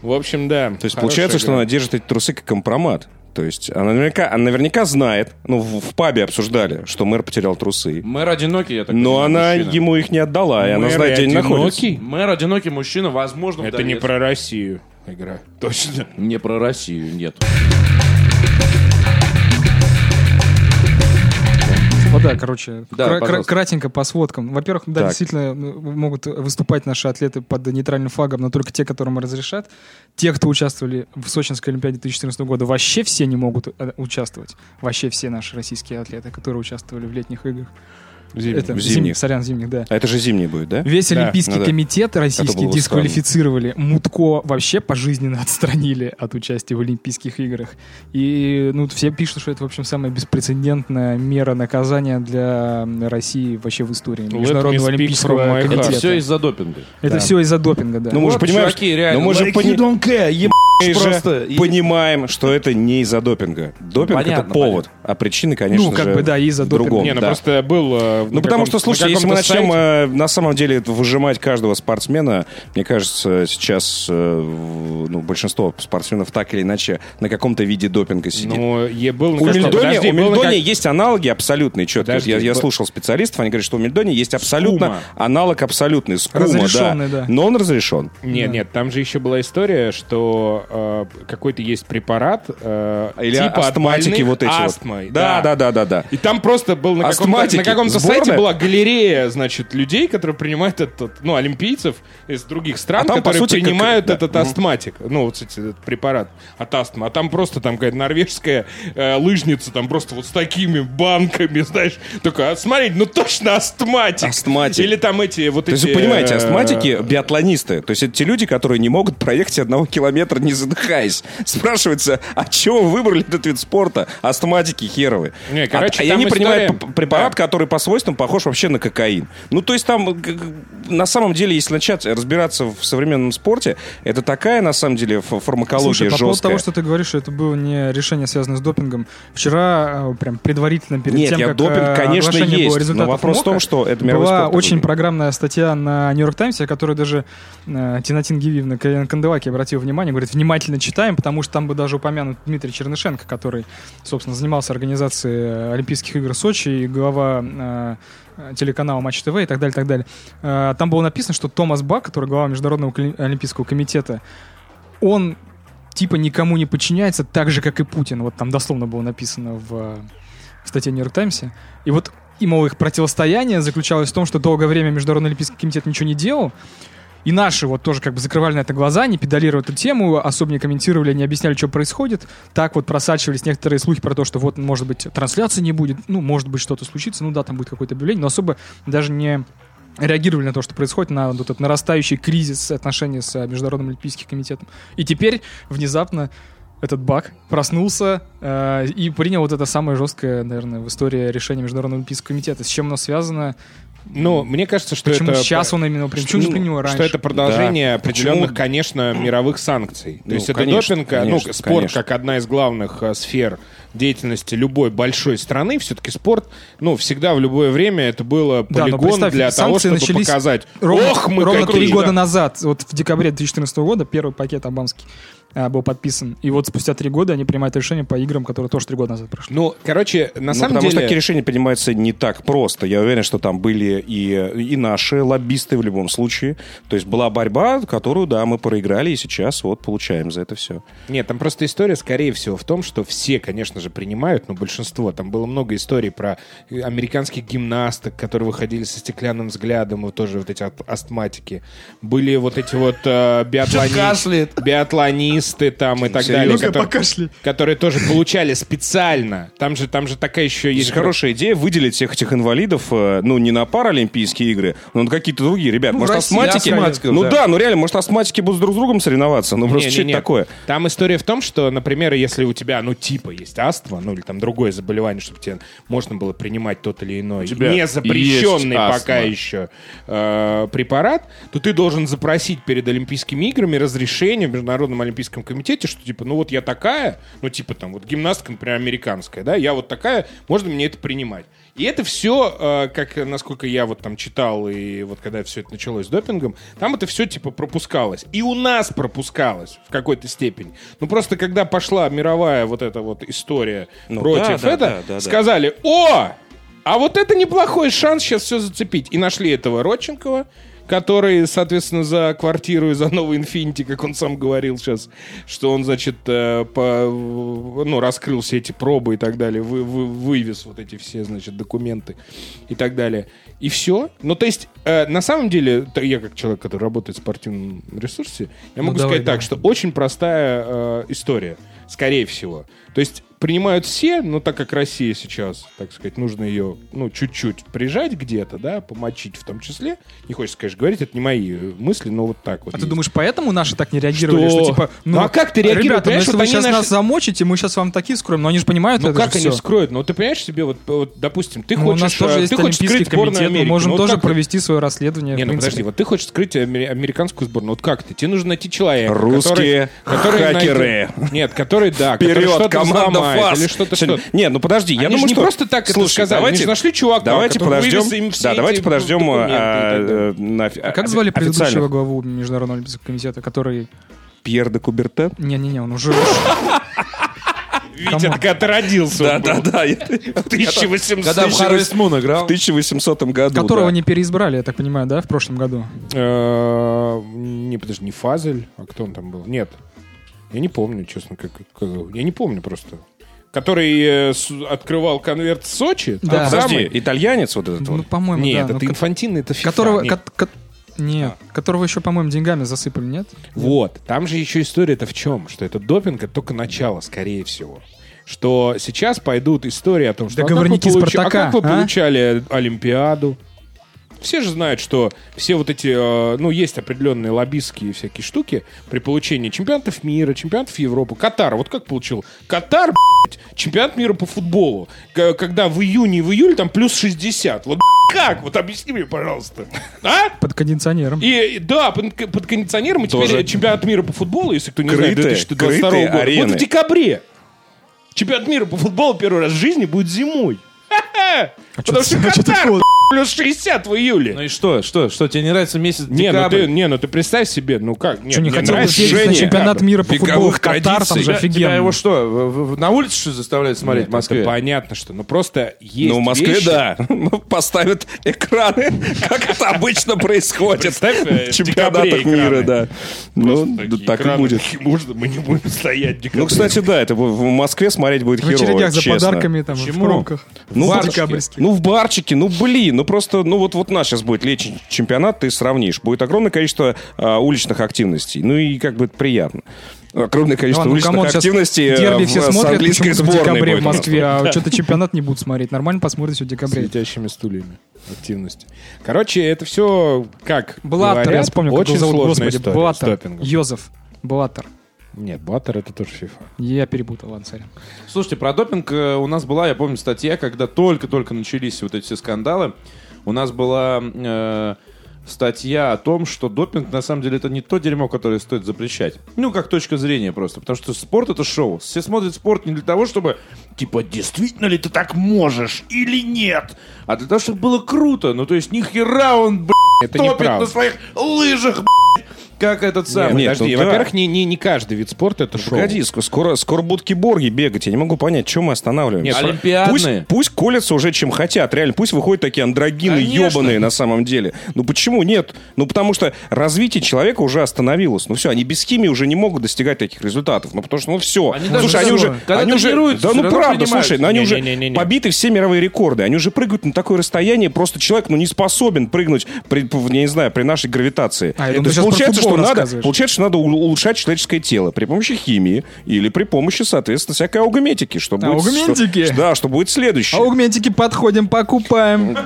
В общем, да.
То есть получается, что она держит эти трусы как компромат. То есть она наверняка, она наверняка знает, ну в, в пабе обсуждали, что мэр потерял трусы.
Мэр одинокий, я так
Но
понимаю,
она
мужчина.
ему их не отдала, и она знает, где Ну они находятся.
Мэр одинокий мужчина, возможно,
Это
вдовец.
не про Россию игра. Точно.
Не про Россию, нет.
Вот Ну да, короче,
Да,
кра- кра-
пожалуйста.
кратенько по сводкам. Во-первых, да,
Так.
действительно, ну, могут выступать наши атлеты под нейтральным флагом, но только те, которым разрешат. Те, кто участвовали в Сочинской Олимпиаде 2014 года, вообще все не могут э, участвовать. Вообще все наши российские атлеты, которые участвовали в летних играх.
Зимний.
Это,
В
зим-
зимних.
Сорян, зимних, да.
А это же зимний будет, да?
Весь
Да.
Олимпийский
Ну да.
комитет
Это было
российский
бы
дисквалифицировали. Мутко вообще пожизненно отстранили от участия в Олимпийских играх. И ну, все пишут, что это, в общем, самая беспрецедентная мера наказания для России вообще в истории
me
Международного
speak from
Олимпийского
my heart.
Это
комитета. Это
все
все,
из-за допинга.
из-за допинга, да.
Ну, мы же
Вот,
понимаем,
чуваки,
что-
реально,
ну, мы же
like
пони-
you don't care,
Мы
ебаешь
же
просто. И-
понимаем, что это не из-за допинга. Допинг это
Понятно,
повод, а причины, конечно
Ну, как
же,
бы, да, и из-за
в
допинга.
другом,
Не, ну
да.
просто был... э,
Ну,
на
потому
каком-
что, слушай,
на
если мы
каком-то
начнем
сайте-
э, на самом деле это выжимать каждого спортсмена, мне кажется, сейчас э, в- ну, большинство спортсменов так или иначе на каком-то виде допинга сидит.
Ну, е- был...
э,
на
у
каком-
Мельдони,
Подожди,
у
был на
Мельдони
как-
есть аналоги абсолютные, четко.
Подожди,
я, я
б-
слушал специалистов, они говорят, что у Мельдони есть абсолютно
Скума.
аналог абсолютный. Скума,
Разрешенный, да.
Но он разрешен.
Нет, нет, там же еще была история, что э, какой-то есть препарат э,
Или
типа от
астматики
больных
вот эти вот.
астмой.
Да, да, да, да, да.
И там просто был на каком-то,
Астматики,
на каком-то
сборная.
сайте была галерея, значит, людей, которые принимают этот, ну, олимпийцев из других стран,
А там, по
которые
сути, как-
принимают
да.
этот астматик, ну, вот кстати, этот препарат от астмы. А там просто там какая-то норвежская э, лыжница, там просто вот с такими банками, знаешь, только, смотрите, ну точно астматик.
Астматик.
Или там эти вот
То
эти...
есть вы понимаете,
э,
астматики — биатлонисты. То есть это те люди, которые не могут проехать одного километра, не задыхаясь. Спрашивается, а чего вы выбрали этот вид спорта? Астматики херовы.
Не, короче,
а, и
там
они принимают
история-
п- препарат, который по свойствам похож вообще на кокаин. Ну, то есть там, э, г- г- на самом деле, если начать разбираться в современном спорте, это такая, на самом деле, ф- фармакология
Слушай, по поводу
жесткая.
того, что ты говоришь, что это было не решение, связанное с допингом. Вчера, э, прям предварительно перед
Нет,
тем,
я
как
допинг,
э,
конечно,
оглашение
есть,
было
но
результатов
вопрос в
МОКа,
том, что это мировой
была
спорт
очень
уже.
программная статья на Нью-Йорк Таймсе, которая даже э, Тинатин Гивиевна Кандеваки обратила внимание, говорит, внимательно читаем, потому что там бы даже упомянут Дмитрий Чернышенко, который, собственно, занимался организацией э, Олимпийских игр в Сочи и глава э, э, телеканала Матч ТВ и так далее, и так далее. Э, Там было написано, что Томас Бак, который глава Международного коли- олимпийского комитета, он типа никому не подчиняется, так же, как и Путин. Вот там дословно было написано в э, статье Нью-Йорк Таймсе. И вот именно их противостояние заключалось в том, что долгое время Международный Олимпийский комитет ничего не делал, и наши вот тоже как бы закрывали на это глаза, не педалировали эту тему, особо не комментировали, не объясняли, что происходит. Так вот просачивались некоторые слухи про то, что вот, может быть, трансляции не будет, ну, может быть, что-то случится, ну да, там будет какое-то объявление, но особо даже не реагировали на то, что происходит, на вот этот нарастающий кризис отношений с э, Международным Олимпийским комитетом. И теперь внезапно этот баг проснулся э, и принял вот это самое жесткое, наверное, в истории решение Международного Олимпийского комитета. С чем оно связано?
Ну, мне кажется, что
Почему
это...
сейчас он именно принял? Почему не принял раньше?
Что это продолжение
Да.
определенных,
Почему?
конечно, мировых санкций. То
Ну,
есть это
конечно,
допинг, а,
конечно,
ну, спорт
конечно.
как одна из главных э, сфер деятельности любой большой страны. Все-таки спорт, ну, всегда в любое время это было
Да, но
полигон
представь,
для того,
санкции
чтобы
начались
показать.
Ровно,
Ох, мы
ровно
какие,
три
да».
года назад, вот в декабре 2014 года, первый пакет обамский а, был подписан. И вот спустя три года они принимают решение по играм, которые тоже три года назад прошли.
Ну, короче, на
Ну,
самом
потому
деле...
что такие решения принимаются не так просто. Я уверен, что там были и, и наши лоббисты в любом случае. То есть была борьба, которую, да, мы проиграли, и сейчас вот получаем за это все.
Нет, там просто история, скорее всего, в том, что все, конечно же, принимают, но большинство. Там было много историй про э, американских гимнасток, которые выходили со стеклянным взглядом, вот тоже вот эти ат- астматики. Были вот эти вот э, биатлони- биатлонисты там и так далее, которые, которые тоже получали специально. Там же, там же такая еще
Есть
есть...
хорошая идея выделить всех этих инвалидов, э, ну, не на паралимпийские игры, но на какие-то другие. Ребят,
Ну,
может,
в России
астматики...
астматиков,
ну
да.
да. ну реально, может, астматики будут друг с другом соревноваться. Ну, просто
Не, не,
что это
не.
такое?
Там история в том, что, например, если у тебя, ну, типа, есть астма, ну, или там другое заболевание, чтобы тебе можно было принимать тот или иной
тебя
не запрещенный
есть
пока
астма.
еще э, препарат, то ты должен запросить перед Олимпийскими играми разрешение в Международном Олимпийском комитете, что, типа, ну, вот я такая, ну, типа, там, вот гимнастка, например, американская, да, я вот такая, можно мне это принимать. И это все, как э, насколько я вот там читал, и вот когда все это началось с допингом, там это все типа пропускалось. И у нас пропускалось в какой-то степени. Ну просто когда пошла мировая вот эта вот история
Ну да,
против
да,
этого,
да, да, да.
сказали, о, а вот это неплохой шанс сейчас все зацепить. И нашли этого Родченкова, который, соответственно, за квартиру и за новый Инфинити, как он сам говорил сейчас, что он, значит, э, по- ну, раскрыл все эти пробы и так далее, вы- вы- вывез вот эти все, значит, документы и так далее. И все. Ну, то есть, э, на самом деле, то я как человек, который работает в спортивном ресурсе, я
Ну,
могу
давай,
сказать
давай.
так, что очень простая э, история, скорее всего. То есть принимают все, но так как Россия сейчас, так сказать, нужно ее, ну, чуть-чуть прижать где-то, да, помочить в том числе. Не хочется, конечно, говорить, это не мои э, мысли, но вот так вот.
А ты
есть.
думаешь, поэтому наши так не реагировали?
Что?
Что, типа,
Ну, а как ты реагировал?
Ребята, ну,
Понимаешь,
если
вот
вы
они
сейчас
наши-
нас замочите, мы сейчас вам такие скроем. Но они же понимают,
Ну
это
как
же
они
всё.
скроют? Ну ты понимаешь себе, вот, вот, допустим, ты
Ну,
хочешь,
у нас тоже
э,
есть
ты хочешь
Олимпийский
скрыть порно
комитет, мы
Америки.
можем
Ну, вот
тоже
как ты-
провести свое расследование.
Не,
в
ну
принципе.
подожди, вот ты хочешь скрыть э, амери- американскую сборную. Вот как ты? Тебе нужно найти человека.
Русские
который, который
хакеры.
найдет- Нет, который, да, который
Вперед,
что-то
команда
взломает
ФАС!
Или что-то
Сегодня-
что
Не, ну подожди, я
Они
думаю,
ж не
что...
просто так это
Слушай,
сказали,
Давайте...
они ж нашли чувака,
Давайте
который
подождем...
вывез им все
Да,
эти
давайте подождем...
документы и
а,
так далее.
э, на-
А как звали
официально?
предыдущего главу Международного Олимпийского комитета, который...
Пьер де Куберте?
Не-не-не, он уже... ушел.
Витя, когда родился. он был.
да. я-
В 1800.
Когда в Харвест Мун
В
играл.
1800 году.
Которого
да.
не переизбрали, я так понимаю, да, в прошлом году?
Э, Не, подожди, не Фазель, а кто он там был? Нет. Я не помню, честно, как, как его. я не помню просто. Который э, с- открывал конверт в Сочи. тот
Да.
Подожди,
самый?
итальянец вот этот
Ну,
вот?
по-моему,
Нет,
да.
это
Ну,
ты
ко-
инфантильный, это FIFA.
Которого...
Нет. А.
кот- кот- Нет, которого еще, по-моему, деньгами засыпали, нет?
Вот. Там же еще история-то в чем? Что это допинг, это только начало, скорее всего. Что сейчас пойдут истории о том, что... а как вы
Договорники
получи-
«Спартака»,
А как вы
а?
получали Олимпиаду? Все же знают, что все вот эти, э, ну, есть определенные лоббистские всякие штуки при получении чемпионатов мира, чемпионатов Европы. Катар, вот как получил? Катар, блядь, чемпионат мира по футболу. К- Когда в июне и в июле там плюс 60. Вот блядь, как? Вот объясни мне, пожалуйста. А?
Под кондиционером.
И и, да, под, под кондиционером и теперь
Тоже.
чемпионат мира по футболу, если кто не
Крытые,
знает, 2022
крытые
года.
арены.
Вот в декабре чемпионат мира по футболу первый раз в жизни будет зимой. Ха-ха!
А
Потому что Катар плюс 60 в
Ну
июле.
и что, что, что, тебе не нравится месяц
Не ну,
декабрь?
ты, не, ну ты представь себе, ну как? Нет,
Что, не
мне
хотел бы
нравится
съездить на
Женя.
чемпионат мира по футболу в
вековых
Катар, там
традиций.
же
Тебя- Тебя его
офигенно.
что, в- в- на улице что ли, заставляют смотреть
Нет,
в
это
Москве?
понятно, что. Ну просто есть
Ну, в Москве,
вещи-
да. Ну, Поставят экраны, как это обычно происходит.
Представь, э,
В
в
чемпионатах
декабре
мира,
экраны.
да.
Просто
Ну,
такие
так и
экраны,
будет.
такие, Можно мы не будем стоять в декабре?
Ну, кстати, да, это в в Москве смотреть будет
В
херово,
очередях за
честно.
подарками, там, в
Почему?
пробках.
Ну,
В
барчики.
декабрьских.
Ну, в барчике, ну, блин, ну просто, ну, вот, вот у нас сейчас будет летний чемпионат, ты сравнишь. Будет огромное количество а, уличных активностей. Ну, и как бы это приятно. Огромное количество
Ладно, ну, камон,
уличных
сейчас
активностей э,
Дерби
в-
все
с
смотрят
английской
почему-то в
сборной
декабре в
будет.
Москве, а что-то чемпионат не будут смотреть. Нормально посмотрят все в
с
декабре.
летящими стульями активности. Короче, это все как
Блаттер,
говорят,
я вспомнил, как
очень
его зовут,
сложная
господи,
история с
Блаттер.
допингом.
Йозеф. Блаттер.
Нет, Блаттер это тоже FIFA.
Я перепутал, ладно, сорян.
Слушайте, про допинг э, у нас была, я помню, статья, когда только-только начались вот эти все скандалы. У нас была э, статья о том, что допинг на самом деле это не то дерьмо, которое стоит запрещать. Ну, как точка зрения просто. Потому что спорт это шоу. Все смотрят спорт не для того, чтобы типа действительно ли ты так можешь или нет, а для того, чтобы было круто. Ну, то есть, нихера он, блядь,
Это
топит
неправда.
на своих лыжах, блядь, как этот самый.
нет,
Подожди,
ну да. Ну,
во-первых, не, не, не каждый вид спорта это шоу.
Погоди, ск- скоро, скоро будут киборги бегать. Я не могу понять, чем мы останавливаемся.
Нет, олимпиадные.
Пусть, пусть колятся уже чем хотят. Реально, пусть выходят такие андрогины
Конечно.
ебаные на самом деле. Ну почему нет? Ну потому что развитие человека уже остановилось. Ну все, они без химии уже не могут достигать таких результатов. Ну потому что, ну все.
Они даже
слушай, они
здорово.
уже...
Когда
они уже-
тренируются,
да
всё
ну
равно
правда,
принимают.
слушай, ну они уже
Не-не-не-не-не.
побиты все мировые рекорды. Они уже прыгают на такое расстояние, просто человек, ну не способен прыгнуть, при, я не знаю, при нашей гравитации.
А, я думал,
То есть
ты сейчас про
получается, что
футбол
надо,
рассказываешь.
Получается, что надо у- улучшать человеческое тело при помощи химии или при помощи, соответственно, всякой аугметики. Что будет,
Аугметики?
что- да, что будет следующее.
А
Аугментики подходим, покупаем.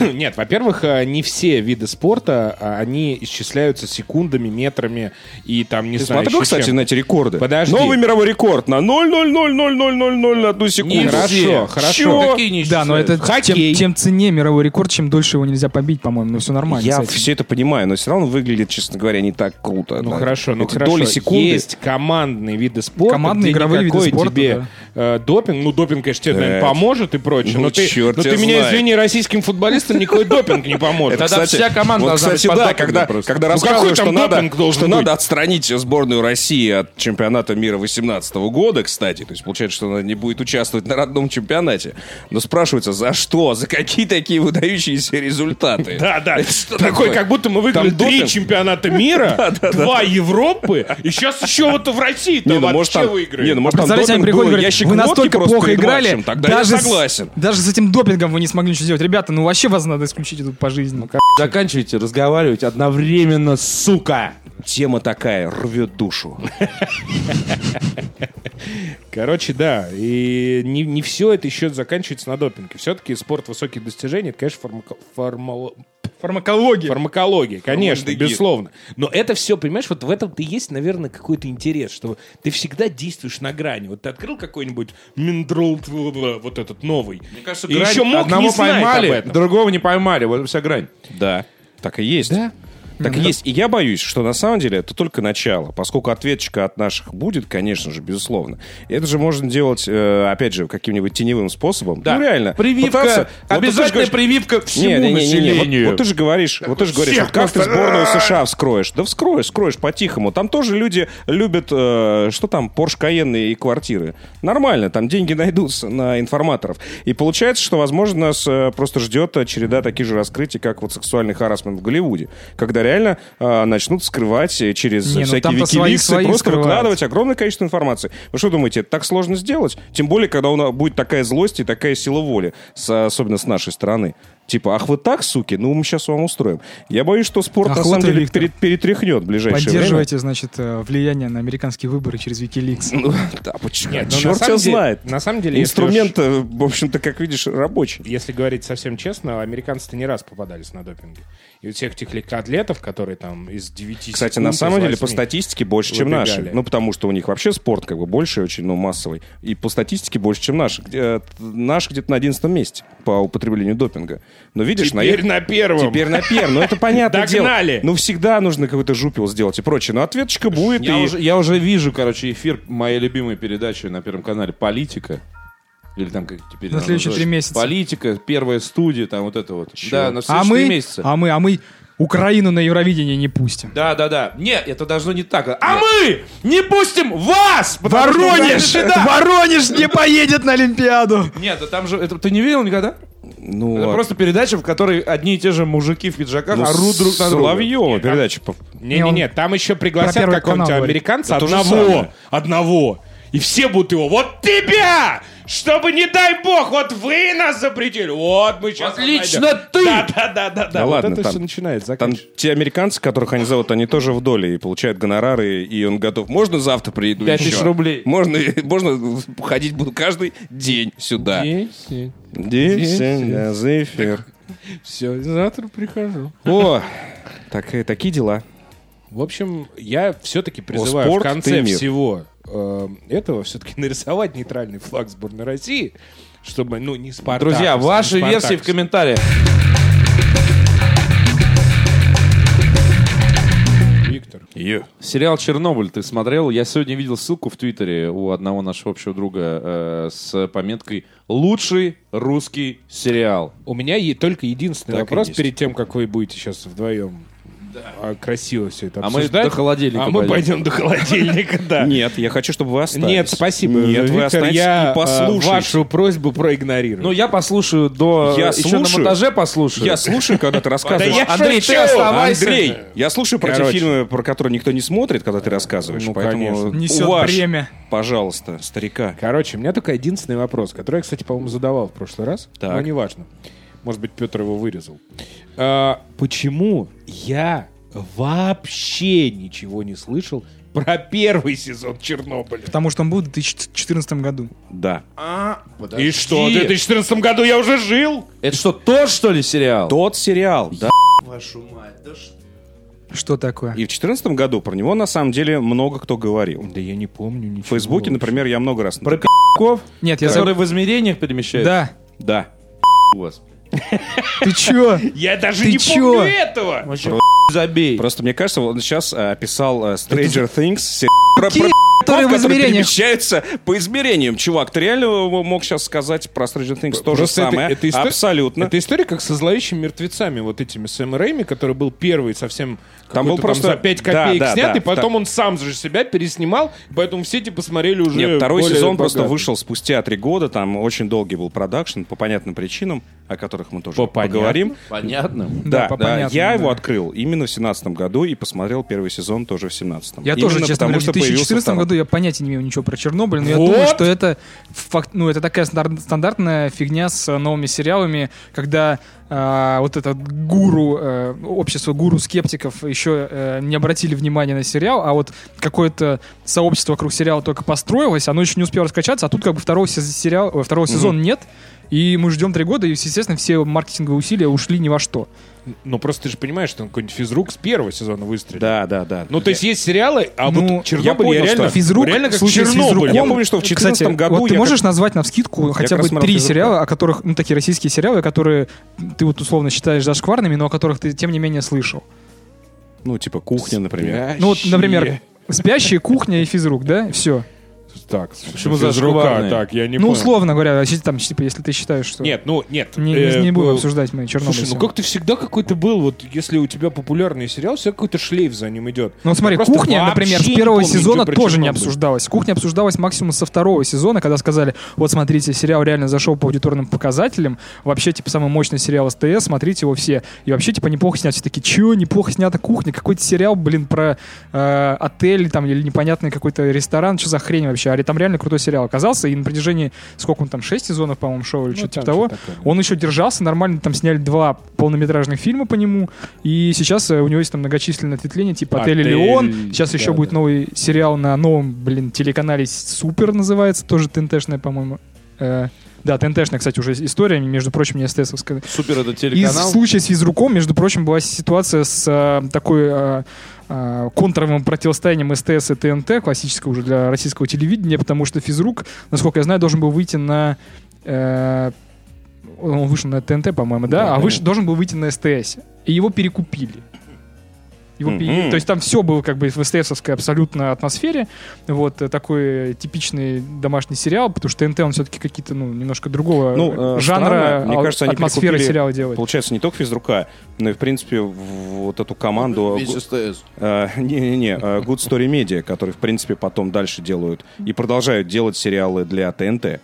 Нет, во-первых, э, не все виды спорта, а, они исчисляются секундами, метрами и там, не
Ты
знаю,
смотрел,
еще
кстати,
чем.
на эти рекорды?
Подожди.
Новый мировой рекорд на 0,0000001 секунду.
Не
Хорошо,
все.
хорошо.
Чё?
Какие
Да, но это
Хоккей.
тем, тем цене мировой рекорд, чем дольше его нельзя побить, по-моему, но все нормально. с
Я
этим.
все это понимаю, но все равно выглядит, честно говоря, не так круто.
Ну
Да.
хорошо, ну
Эти
хорошо.
доли секунды.
Есть командные виды спорта,
Командные
где
игровые виды
никакой
спорта,
тебе э, допинг, ну допинг, конечно, тебе, наверное,
Да.
поможет и прочее,
Ну,
но ты,
чёрт
но
тебя
ты меня,
знает.
извини, российским футболистам никакой допинг не поможет.
Это,
Тогда вся команда
вот,
должна
кстати,
быть под
да,
допингом
когда,
просто.
когда
Ну,
рассказывали,
какой
что,
там
надо,
допинг должен
что
быть?
надо отстранить сборную России от чемпионата мира 2018 года, кстати. То есть получается, что она не будет участвовать на родном чемпионате. Но спрашивается, за что? За какие такие выдающиеся результаты?
Да, да.
Это что
Такой,
такое?
как будто мы
Там
выиграли три
допинг?
чемпионата мира, два Европы, и сейчас еще вот в России
Не,
там
ну может
вообще
там,
выиграли.
не, ну, может, там
Представляете, они
допинг
приходят и
был,
говорят,
ящик
вы
водки
настолько
просто
плохо
перед
играли,
матчем, Тогда я
даже с-
согласен.
даже с этим допингом вы не смогли ничего сделать. Ребята, ну вообще вас надо исключить тут по жизни.
Заканчивайте разговаривать одновременно, сука.
Тема такая, рвет душу.
Короче, да, и не, не все это еще заканчивается на допинге. Все-таки спорт высоких достижений, это, конечно, формако- формало-
Фармакология.
фармакология, конечно,
Формальдегид.
безусловно. Но это все, понимаешь, вот в этом ты есть, наверное, какой-то интерес, что ты всегда действуешь на грани. Вот ты открыл какой-нибудь миндрол, вот этот новый. Мне
кажется,
и еще мог
одного
не знать об
поймали,
этом.
другого не поймали. Вот вся грань.
Да. Так и есть. Так
Не,
и
ну
есть. И я боюсь, что на самом деле это только начало, поскольку ответчика от наших будет, конечно же, безусловно. И Это же можно делать, э, опять же, каким-нибудь теневым спобом. Ну, реально.
Прививка.
Пытаться- Вот ты же
Обязательная
говоришь-
прививка всему
Не, не, не, не, не. Вот-
населению.
Вот, ты же говоришь, вот ты же говоришь, вот как ты сборную США вскроешь? Да вскроешь, вскроешь по-тихому. Там тоже люди любят, э, что там, Porsche Cayenne и квартиры. Нормально, там деньги найдутся на информаторов. И получается, что, возможно, нас э, просто ждет э, череда таких же раскрытий, как вот сексуальный харасмент в Голливуде, когда реально э, начнут скрывать э, через
Не, ну
всякие
там-то свои-
викиликсы,
свои
просто
скрывают.
выкладывать огромное количество информации. Вы что думаете, это так сложно сделать? Тем более, когда у нас будет такая злость и такая сила воли, с- особенно с нашей стороны. Типа, ах вы так, суки, ну мы сейчас вам устроим. Я боюсь, что спорт на
Охота,
самом деле
Виктор.
пере- перетряхнет в ближайшее
Поддерживайте, значит, э, влияние на американские выборы через Wikileaks.
время. Ну, да, почему?
Нет, ну, на
Черт
самом
тебя
деле-
знает.
На самом деле, если уж-
Инструмент, э, в общем-то, как видишь, рабочий.
если говорить совсем честно, американцы-то не раз попадались на допинге. И у всех тех легкоатлетов, которые там из 9
Кстати,
секунд,
на
из
самом деле, по
восьми.
статистике больше, чем
выбегали.
наши. Ну, потому что у них вообще спорт как бы больше очень, ну, массовый. И по статистике больше, чем наши. Где- э, Наши где-то на 11 месте по употреблению допинга. Но видишь, на их-
Теперь на первом.
Теперь на первом. Ну, это понятно.
Догнали.
Ну, всегда нужно какой-то жупил сделать и прочее. Но ответочка будет.
Я,
и...
уже, я уже вижу, короче, эфир моей любимой передачи на Первом канале «Политика». Или там как теперь...
На
она
следующие
называется.
три месяца.
«Политика», «Первая студия», там вот это вот. Да, на
А
следующие три
мы,
месяца.
а мы, а мы Украину на Евровидение не пустим.
Да, да, да. Нет, это должно не так. А мы не пустим вас! потому что вы разрешили- да.
Воронеж не поедет на Олимпиаду!
Нет, да там же... Это, ты не видел никогда?
Ну,
Это
ладно.
просто передача, в которой одни и те же мужики в пиджаках
Ну,
орут друг на друга.
Соловьева передача. по-
Не-не-не, там еще
Про
пригласят
Первый
какого-нибудь
канал говорит.
американца
Да то же
одного.
самое.
Одного. И все будут его, вот тебя! Чтобы, не дай бог, вот вы нас запретили. Вот мы сейчас...
Отлично,
ты! Да-да-да-да.
Да ладно, там-
все начинает,
Там
заканчивается.
те американцы, которых они зовут, они тоже в доле и получают гонорары, и он готов. Можно завтра приеду
Пять
еще?
тысяч рублей.
Можно, можно ходить буду каждый день сюда. Десять на зефир.
Все, завтра прихожу.
О, так, э, такие дела.
В общем, я все-таки призываю
спорт,
в конце
ты мир.
всего э, этого все-таки нарисовать нейтральный флаг сборной России, чтобы, ну, не Спартак.
Друзья,
не
ваши
«Спартак».
версии в комментариях.
Виктор.
Сериал «Чернобыль» ты смотрел? Я сегодня видел ссылку в Твиттере у одного нашего общего друга э, с пометкой «Лучший русский сериал».
У меня е- только единственный
Так и
вопрос
есть.
перед тем, как вы будете сейчас вдвоем а, красиво все это
А мы
обсуждать.
до холодильника
А мы
пойдем.
пойдем до холодильника, да.
Нет, я хочу, чтобы вы остались.
Нет, спасибо.
Нет, вы
Виктор,
останетесь
я
и
э,
послушайте.
вашу просьбу
Ну,
проигнорирую.
я послушаю до...
Я
еще
слушаю.
на монтаже послушаю.
Я слушаю, когда ты рассказываешь.
Да я
Андрей,
шучу!
ты оставайся.
Андрей, я слушаю про те
Короче.
фильмы, про которые никто не смотрит, когда ты рассказываешь.
Ну,
поэтому
конечно.
Несет
уважь,
бремя.
пожалуйста, старика.
Короче, у меня только единственный вопрос, который я, кстати, по-моему, задавал в прошлый раз,
Так.
но неважно. Может быть, Петр его вырезал. А, почему я вообще ничего не слышал про первый сезон Чернобыля?
Потому что он был в 2014 году.
Да.
И что, в
Подожди.
2014 году я уже жил?
Это что, тот, что ли, сериал?
Тот сериал, да.
Что такое?
И в 2014 году про него, на самом деле, много кто говорил.
Да я не помню ничего.
В Фейсбуке, например, я много раз...
Про пи***ков,
Нет, я...
который в измерениях перемещается?
Да.
Да.
У вас.
Ты чё?
Я даже
Ты
не
чё?
помню этого!
Забей.
Просто мне кажется, он сейчас э, описал э, Stranger Things, сериал про,
Какие, которые в
про пи***ков, которые
измерениях?
перемещаются по измерениям. Чувак, ты реально мог сейчас сказать про Stranger Things то же
Просто это-
самое?
это исто-
Абсолютно.
Это история как со зловещими мертвецами, вот этими Сэм Рэйми, который был первый совсем
Там был
какой-то
просто-
за 5
Да,
копеек
да,
снят,
да,
и потом он сам же себя переснимал, поэтому все типа смотрели уже
Нет, второй
более
сезон
богато.
просто вышел спустя три года, там очень долгий был продакшн, по понятным причинам. о которых мы тоже
По- понятно.
поговорим.
Понятно.
Да,
Да,
по
да,
понятным,
я
да.
его открыл именно в семнадцатом году и посмотрел первый сезон тоже в семнадцатом.
Я тоже, честно говоря, в 2014 году я понятия не имею ничего про Чернобыль, но я думаю,
Вот.
что это, факт, ну, это такая стандар- стандартная фигня с э, новыми сериалами, когда а, вот этот гуру, э, общество гуру скептиков еще э, не обратили внимания на сериал, а вот какое-то сообщество вокруг сериала только построилось, оно еще не успело раскачаться, а тут как бы второго, се- сериала, э, второго сезона нет, и мы ждем три года, и, естественно, все маркетинговые усилия ушли ни во что.
Ну, просто ты же понимаешь, что он какой-нибудь физрук с первого сезона выстрелил.
Да, да, да.
Ну, то есть есть сериалы, а
Ну,
вот Чернобыль я,
понял,
реально...
что
физрук,
реально как
случай с
Чернобыль.
физруком.
Я
я
помню,
помню, что в
Кстати,
2014 году
вот ты
я
можешь назвать на вскидку хотя
как
бы
раз смотрел
три
«Физрука».
сериала, о которых, ну, такие российские сериалы, которые ты вот условно считаешь зашкварными, но о которых ты, тем не менее, слышал.
как- ну типа кухня, например.
Вообще.
Ну, вот, например, «Спящая кухня» и «Физрук», да? Все.
Так,
Почему
физрука,
зашкварные?
Так, я не
Ну,
понял.
условно говоря, если там, типа, если ты считаешь, что...
Нет, ну, нет.
Не,
э,
не- не будем
э,
обсуждать мы Чернобыль.
Слушай, ну
сегодня.
как ты всегда какой-то был, вот если у тебя популярный сериал, всегда какой-то шлейф за ним идет.
Ну, вот смотри,
Я просто
кухня,
вообще
например, с
не
первого
помню ничего
сезона
про
тоже не
Чернобыль.
обсуждалась. Кухня обсуждалась максимум со второго сезона, когда сказали, вот смотрите, сериал реально зашел по аудиторным показателям, вообще, типа, самый мощный сериал СТС, смотрите его все. И вообще, типа, неплохо снят. Все такие, чё, неплохо снята кухня? Какой-то сериал, блин, про э, отель там или непонятный какой-то ресторан, что за хрень вообще? А там реально крутой сериал оказался, и на протяжении, сколько он там, шесть сезонов, по-моему, шел или
Ну,
что-то
там
типа того,
что-то такое.
он еще держался нормально, там сняли два полнометражных фильма по нему, и сейчас э, у него есть там многочисленные ответвления, типа «Отель,
Отель,
Леон», сейчас еще
да,
будет
да.
новый сериал на новом, блин, телеканале «Супер» называется, тоже ТНТшная, по-моему. Э, да, ТНТшная, кстати, уже история, между прочим, не СТСовская.
Супер это
И в
телеканал.
случае с физруком, между прочим, была ситуация с э, такой э, э, контровым противостоянием СТС и ТНТ, классическое уже для российского телевидения, потому что физрук, насколько я знаю, должен был выйти на... э, он вышел на ТНТ, по-моему, да? а выш- должен был выйти на СТС. И его перекупили. Его
Мгм.
пере- То есть там все было как бы в СТСовской абсолютно атмосфере. Вот э, такой типичный домашний сериал, потому что ТНТ он все-таки какие-то, ну, немножко другого
Ну, э,
жанра,
странно. Мне
а-
кажется, они
атмосферы
перекупили
сериала делает.
Получается, не только физрука, но и, в принципе, в- вот эту команду...
Весь СТС.
Э, Не-не-не, э, Good Story Media, которые, в принципе, потом дальше делают и продолжают делать сериалы для ТНТ.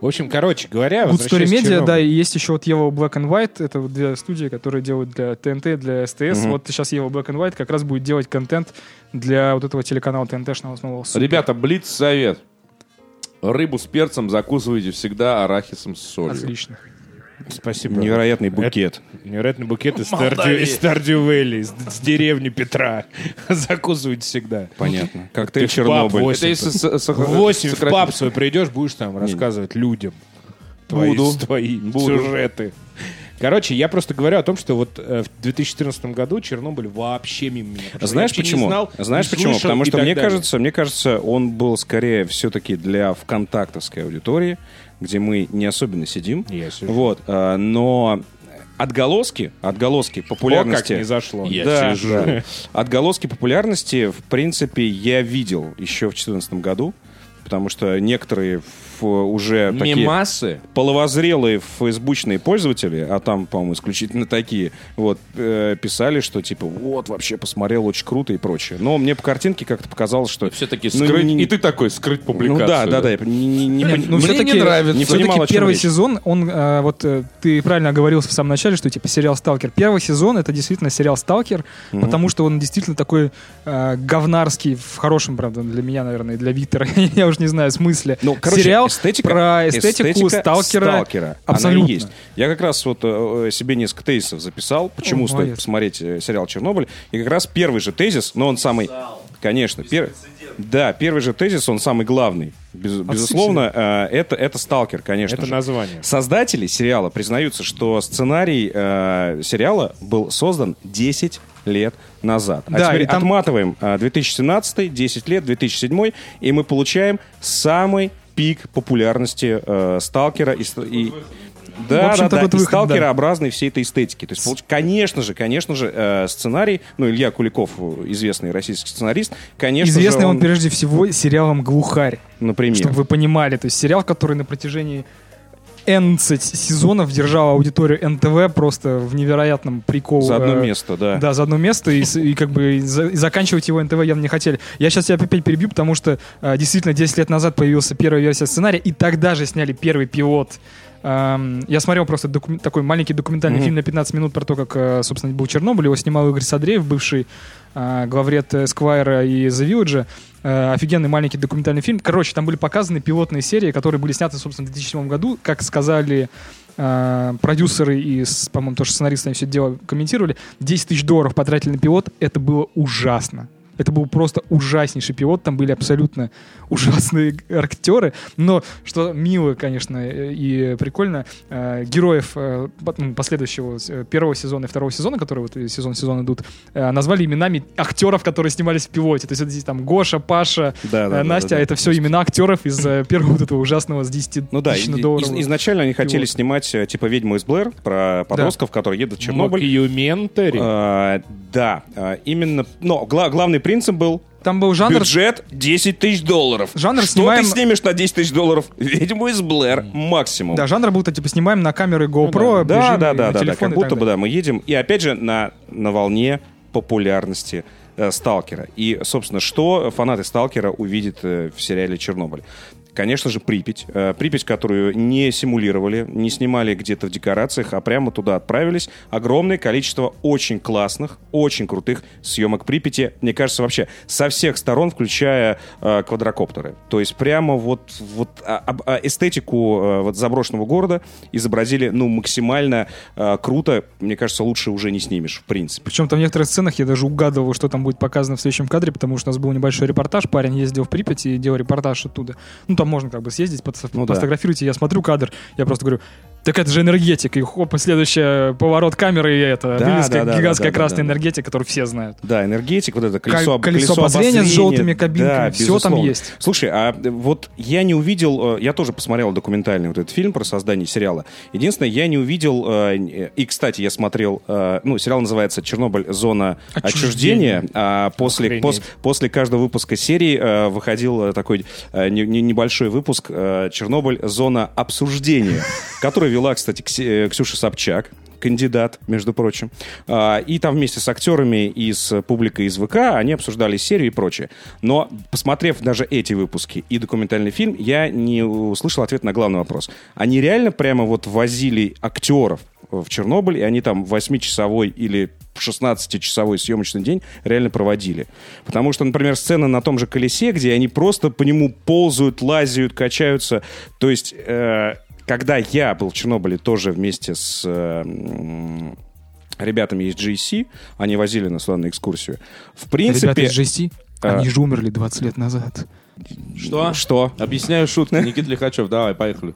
В общем, короче говоря,
Good Story
возвращаясь к
Media,
Чернобылю.
да, и есть еще вот Ева Black and White, это вот две студии, которые делают для ТНТ, для СТС.
Мгм.
Вот сейчас Ева Black and White как раз будет делать контент для вот этого телеканала ТНТшного основного. Супер.
Ребята, блиц совет. Рыбу с перцем закусывайте всегда арахисом с солью.
Отлично.
Спасибо.
Типа,
Невероятный букет.
Невероятный букет из Стардю- из Стардю Вэлли, из, с деревни Петра. Закусывайте всегда.
Понятно. Коктейль
ты в паб
Чернобыль.
возь.
Это если со- со-
В 8 в
сократить-
паб свой придешь, будешь там рассказывать людям твои,
Буду.
твои
Буду.
сюжеты. Короче, я просто говорю о том, что вот э, в 2014 году Чернобыль вообще мимо меня. прошел. Я
Знаешь
вообще не
почему?
знал,
Знаешь
не
почему?
слышал
Потому
и
что
так
мне
далее.
кажется, мне кажется, он был скорее все-таки для вконтактовской аудитории, где мы не особенно сидим.
Я сижу.
Вот, э, но отголоски, отголоски
О, как
популярности.
не зашло.
Я
Да,
сижу.
да. Отголоски популярности, в принципе, я видел еще в 2014 году, потому что некоторые ф- уже такие
Мемасы.
половозрелые фейсбучные пользователи, а там, по-моему, исключительно такие, вот, э, писали, что типа, вот, вообще посмотрел, очень круто и прочее. Но мне по картинке как-то показалось, что...
Все таки
Ну,
скрыть.
не-
И ты такой, скрыть
Ну
публикацию.
да, да, да, я не, не- не
Не,
пони-
ну,
не
Мне
всё-таки-
не нравится.
не
Всё-таки
понимал, о чем
первый
речь.
сезон, он, э, вот э, ты правильно оговорился в самом начале, что типа сериал «Сталкер». Первый сезон — это действительно сериал «Сталкер», потому что он действительно такой э, говнарский, в хорошем, правда, для меня, наверное, и для Виктора, я уже не знаю, смысле.
Ну, короче,
сериал
эстетика,
про эстетику
эстетика
«Сталкера».
она и
Абсолютно.
есть. Я как раз вот э, э, себе несколько тезисов записал, почему
О,
стоит
молодец.
посмотреть э, сериал «Чернобыль». И как раз первый же тезис, но он самый... Конечно, пер- да, первый же тезис, он самый главный. Без- безусловно, э, это, это «Сталкер», конечно
Это
же.
название.
Создатели сериала признаются, что сценарий э, сериала был создан 10 лет назад. А
Да,
теперь
и там-
отматываем э, 2017, 10 лет, 2007, и мы получаем самый пик популярности э, Сталкера и... ст- и-
В
да,
общем,
да, да,
такой вот
и
выход, да.
сталкерообразной всей этой эстетики. То есть, получ- конечно же, конечно же, э, сценарий, ну, Илья Куликов, э, известный российский сценарист, конечно же,
Известный он, прежде всего сериалом «Глухарь»,
например,
чтобы вы понимали. То есть сериал, который на протяжении 11 сезонов держал аудиторию НТВ просто в невероятном прикол.
за одно
э,
место, да.
Да, за одно место, и, с- и как бы и за- и заканчивать его НТВ явно не хотели. Я сейчас тебя опять перебью, а, потому что э, действительно 10 лет назад появился первая версия сценария, и тогда же сняли первый пилот Эм, Я смотрел просто докумен- такой маленький документальный
Мгм.
фильм на 15 минут про то, как, э, собственно, был Чернобыль. Его снимал Игорь Садреев, бывший э, главред э, Сквайра и The Village. Э, Офигенный маленький документальный фильм. Короче, там были показаны пилотные серии, которые были сняты, собственно, в 2007 году. Как сказали э, продюсеры и, с- по-моему, тоже сценаристы они все это дело комментировали, 10 тысяч долларов потратили на пилот. Это было ужасно. Это был просто ужаснейший пилот, там были абсолютно ужасные актеры, но что мило, конечно, э, и прикольно, э, героев э, по- ну, последующего э, первого сезона и второго сезона, которые вот э, сезон в сезон идут, э, назвали именами актеров, которые снимались в пилоте. То есть это здесь там Гоша, Паша,
Да,
э,
да, да,
Настя,
да, да.
это все имена актеров из э, первого вот этого ужасного с 10
Ну да, и-
тысяч
и-
долларов.
из- изначально они хотели
Пилот.
снимать э, типа «Ведьму из Блэр» про подростков, которые едут в Чернобыль.
Мокьюментари.
А, да, а, именно. Но гла- главный принцип был
Там был жанр
бюджет 10 тысяч долларов.
Жанр
Что
снимаем-
ты снимешь на 10 тысяч долларов? Ведьму из Блэр максимум.
Да, жанр будто типа снимаем на камеры GoPro,
Ну да,
бежим
да,
и
да,
на
да, да,
телефон
как
и
будто
так
бы
далее.
да, мы едем. И опять же на на волне популярности э, Сталкера. И, собственно, что фанаты Сталкера увидят э, в сериале Чернобыль? Конечно же, Припять. Э, Припять, которую не симулировали, не снимали где-то в декорациях, а прямо туда отправились. Огромное количество очень классных, очень крутых съемок Припяти, мне кажется, вообще со всех сторон, включая э, квадрокоптеры. То есть прямо вот, вот а- об- а эстетику э, вот заброшенного города изобразили ну, максимально э, круто. Мне кажется, лучше уже не снимешь, в принципе.
Причем там в некоторых сценах я даже угадывал, что там будет показано в следующем кадре, потому что у нас был небольшой репортаж. Парень ездил в Припять и делал репортаж оттуда. Ну, там можно как бы съездить, подф-
Ну да.
пофотографировать. И Я смотрю кадр, я просто говорю, так это же энергетик. И хоп, и следующий э, поворот камеры, и это
Да,
вывеска,
да, да, да,
гигантская
да, да,
красная
да.
энергетика, которую все знают.
Да, энергетик, вот это колесо,
Кол- колесо обозрения с желтыми кабинками, всё там
безусловно.
есть.
Слушай, а э, вот я не увидел, э, я тоже посмотрел документальный вот этот фильм про создание сериала. Единственное, я не увидел, э, э, и, кстати, я смотрел, э, ну, сериал называется «Чернобыль. Зона
Отчуждение».
отчуждения». А после,
Охренеть.
пос- после каждого выпуска серии э, выходил э, такой э, не- не- небольшой выпуск э, «Чернобыль. Зона обсуждения», который вела, кстати, Кси- э, Ксюша Собчак кандидат, между прочим. А, И там вместе с актерами и с публикой из ВК они обсуждали серию и прочее. Но, посмотрев даже эти выпуски и документальный фильм, я не услышал ответ на главный вопрос. Они реально прямо вот возили актеров в Чернобыль, и они там 8-часовой или 16-часовой съемочный день реально проводили. Потому что, например, сцена на том же колесе, где они просто по нему ползают, лазят, качаются. То есть, э, когда я был в Чернобыле тоже вместе с э, м, ребятами из GC, они возили нас туда на экскурсию. В принципе...
Ребята из GST,
а-
они же умерли 20 лет назад.
Что?
Что?
Объясняю шутку. Никита Лихачев, давай, поехали.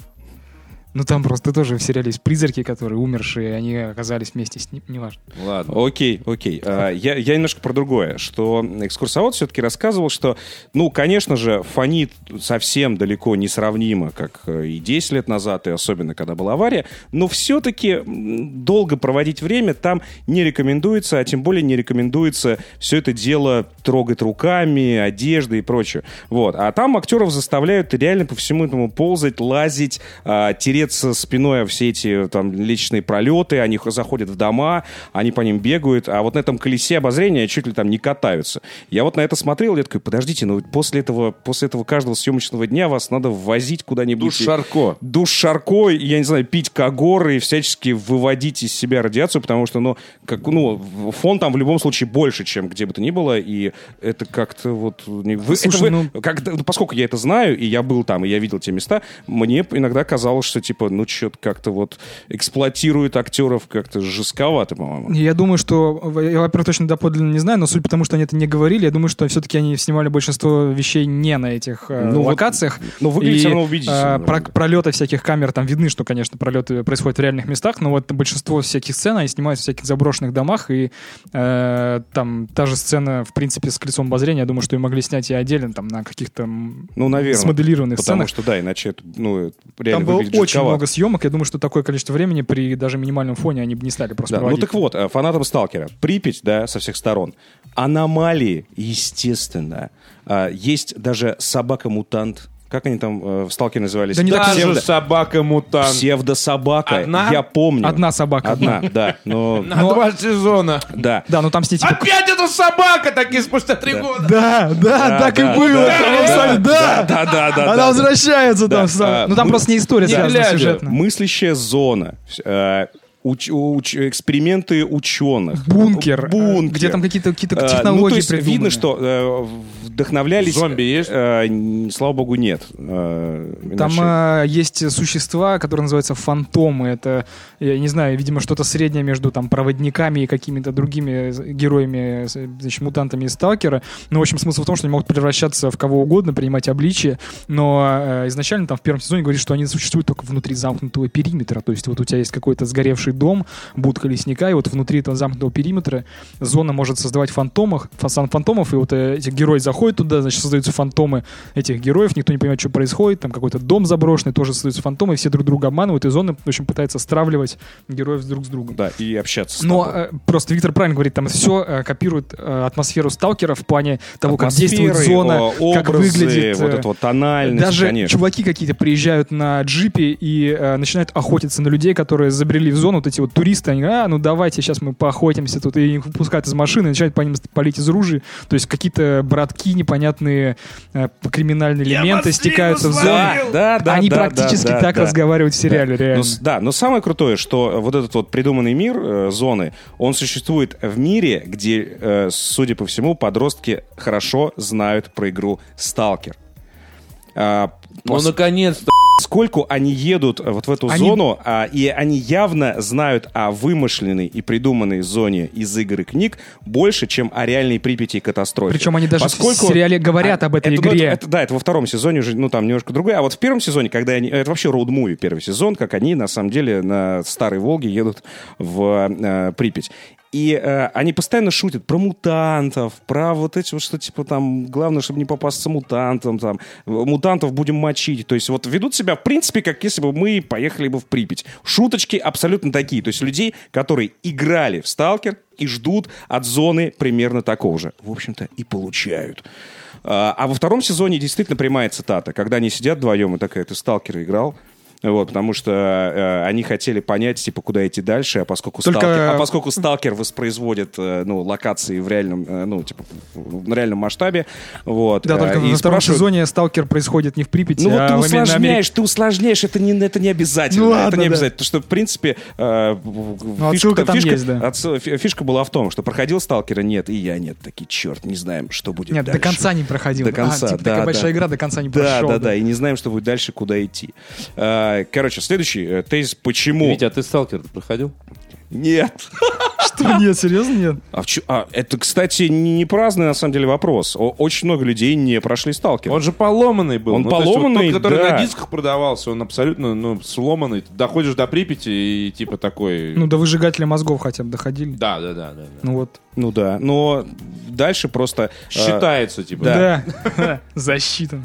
Ну там просто тоже в сериале есть призраки, которые умершие, они оказались вместе с ним, неважно.
Ладно.
Окей, окей. А, Я, я немножко про другое, что экскурсовод все-таки рассказывал, что, ну, конечно же, фонит совсем далеко несравнимо, как э, и 10 лет назад, и особенно, когда была авария, но все-таки долго проводить время там не рекомендуется, а тем более не рекомендуется все это дело трогать руками, одеждой и прочее. Вот. А там актеров заставляют реально по всему этому ползать, лазить, а, тереться спиной о все эти там личные пролеты, они х- заходят в дома, они по ним бегают, а вот на этом колесе обозрения чуть ли там не катаются. Я вот на это смотрел, я такой, подождите, ну после этого, после этого каждого съемочного дня вас надо ввозить куда-нибудь.
Душ Шарко.
душ шаркой, я не знаю, пить когоры и всячески выводить из себя радиацию, потому что, ну, как, ну, в- фон там в любом случае больше, чем где бы то ни было, и это как-то вот... не- вы- это
Слушай,
вы- как- ну, поскольку я это знаю, и я был там, и я видел те места, мне иногда казалось, что, типа, ну, что-то как-то вот эксплуатирует актеров как-то жестковато, по-моему.
Я думаю, что, во- я, во-первых, точно доподлинно не знаю, но суть потому, что они это не говорили, я думаю, что все-таки они снимали большинство вещей не на этих э,
Ну вот,
локациях.
ну, выглядит
И,
всё равно убедительно.
э, про- пролеты всяких камер, там видны, что, конечно, пролеты происходят в реальных местах, но вот большинство всяких сцен, они снимаются в всяких заброшенных домах, и э, там та же сцена, в принципе, с колесом обозрения, я думаю, что ее могли снять и отдельно, там, на каких-то м,
Ну, наверное.
смоделированных
Потому
сценах.
что, да, иначе это, ну, реально
Там было
выглядит
очень
жестковато.
много съемок, я думаю, что такое количество времени при даже минимальном фоне они бы не стали просто
Да, ну
проводить.
так вот, э, фанатам Сталкера. Припять, да, со всех сторон. Аномалии, естественно. А, Есть даже собака-мутант,
Как они там э, в «Сталке» назывались?
Да не так
Псевдо-
Даже собака-мутант.
Псевдособака.
Одна?
Я помню.
Одна собака.
Одна, да. Но,
На два сезона.
да.
Да, ну там с ней типа...
Опять эта собака, такие спустя три года.
Да, да, так и
да,
было.
да,
Там абсолютно- Да,
Да, да, да.
Она
да, да.
возвращается
Да,
там. сам.
а,
Ну там
мы-
просто не история
не
связана
глядя.
сюжетно.
Мыслящая зона. Э, уч- уч- эксперименты ученых.
Бункер. э,
Бункер.
Где там какие-то какие-то
Э,
технологии
ну, то есть
придуманы.
видно, что э, вдохновлялись...
Зомби есть?
Э, н- слава богу, нет. Э,
Там
иначе-
э, есть существа, которые называются фантомы. Это, я не знаю, видимо, что-то среднее между там проводниками и какими-то другими э, героями, э, значит, мутантами из Сталкера. Но, в общем, смысл в том, что они могут превращаться в кого угодно, принимать обличие. Но э, изначально там в первом сезоне говорит, что они существуют только внутри замкнутого периметра. То есть вот у тебя есть какой-то сгоревший дом, будка лесника, и вот внутри этого замкнутого периметра зона может создавать фантомах, фасан фантомов, и вот э, эти герои заходят туда, значит, создаются фантомы этих героев, никто не понимает, что происходит, там какой-то дом заброшенный, тоже создаются фантомы, и все друг друга обманывают, и зона, в общем, пытается стравливать героев друг с другом.
Да, и общаться с
Но
тобой.
э, просто Виктор правильно говорит, там все копирует э, атмосферу сталкера в плане того, как
Атмосферы,
действует зона,
о-
как
образы,
выглядит. э,
Вот эта вот тональность,
даже
конечно.
чуваки какие-то приезжают на джипе и э, начинают охотиться на людей, которые забрели в зону, вот эти вот туристы, они, а, ну давайте сейчас мы поохотимся тут, и их выпускают из машины, и начинают по ним палить из ружей, то есть какие-то братки непонятные, э, криминальные элементы стекаются в
Да,
зону.
да, да.
они
да,
практически
да, да,
так
да.
разговаривают в сериале,
Да.
реально.
Но, с- да, но самое крутое, что вот этот вот придуманный мир э, зоны, он существует в мире, где, э, судя по всему, подростки хорошо знают про игру Сталкер. А,
Ну,
пос-
наконец-то.
Поскольку они едут э, вот в эту
Они-
зону, а, и они явно знают о вымышленной и придуманной зоне из игр и книг больше, чем о реальной Припяти и катастрофе.
Причем они даже в
Поскольку-
сериале говорят об этой
это, ну,
игре.
это- это- да, это во втором сезоне уже, ну, там немножко другое. А вот в первом сезоне, когда они... Это вообще роуд-муви первый сезон, как они, на самом деле, на Старой Волге едут в э, Припять. И э, они постоянно шутят про мутантов, про вот эти вот, что, типа, там, главное, чтобы не попасться мутантам, там, мутантов будем мочить. То есть вот ведут себя, в принципе, как если бы мы поехали бы в Припять. Шуточки абсолютно такие. То есть людей, которые играли в «Сталкер», и ждут от зоны примерно такого же. В общем-то, и получают. А а во втором сезоне действительно прямая цитата, когда они сидят вдвоем и такая, ты сталкера играл? Вот, потому что э, они хотели понять, типа, куда идти дальше, а поскольку,
Только-
сталкер, а поскольку сталкер воспроизводит э, ну, локации в реальном, э, ну, типа, в в реальном масштабе, вот.
Да,
э,
только
и
во втором
спрашивают,
сезоне сталкер происходит не в Припяти,
ну вот
а
ты
в Амери- на Америке.
усложняешь, ты усложняешь, это не, это не обязательно.
Ну ладно,
это не
да. Ну,
обязательно. Потому что, в принципе, э,
отсылка там
фишка,
есть, да.
отсыл- фи- фишка была в том, что проходил сталкера, нет, и я нет. Такие, черт, не знаем, что будет
Нет,
дальше.
до конца не проходил.
До конца,
а, типа,
да,
такая
да.
большая игра до конца не
Да,
прошел.
да, да, и не знаем, что будет дальше, куда идти. Э, Короче, следующий э, тезис, почему...
Витя, а ты сталкер проходил?
Нет.
Что, нет, серьезно, нет?
А в чё- а, это, кстати, не не праздный, на самом деле, вопрос. О- Очень много людей не прошли сталкера.
Он же поломанный был.
Он
Ну, то есть вот
поломанный,
тот, который
да.
на дисках продавался, он абсолютно ну, сломанный. Ты Доходишь до Припяти и типа такой...
Ну, до выжигателя мозгов хотя бы доходили.
Да, да, да, да. да.
Ну вот.
Ну да, но дальше просто... э,
Считается, типа.
да.
Да. Засчитано.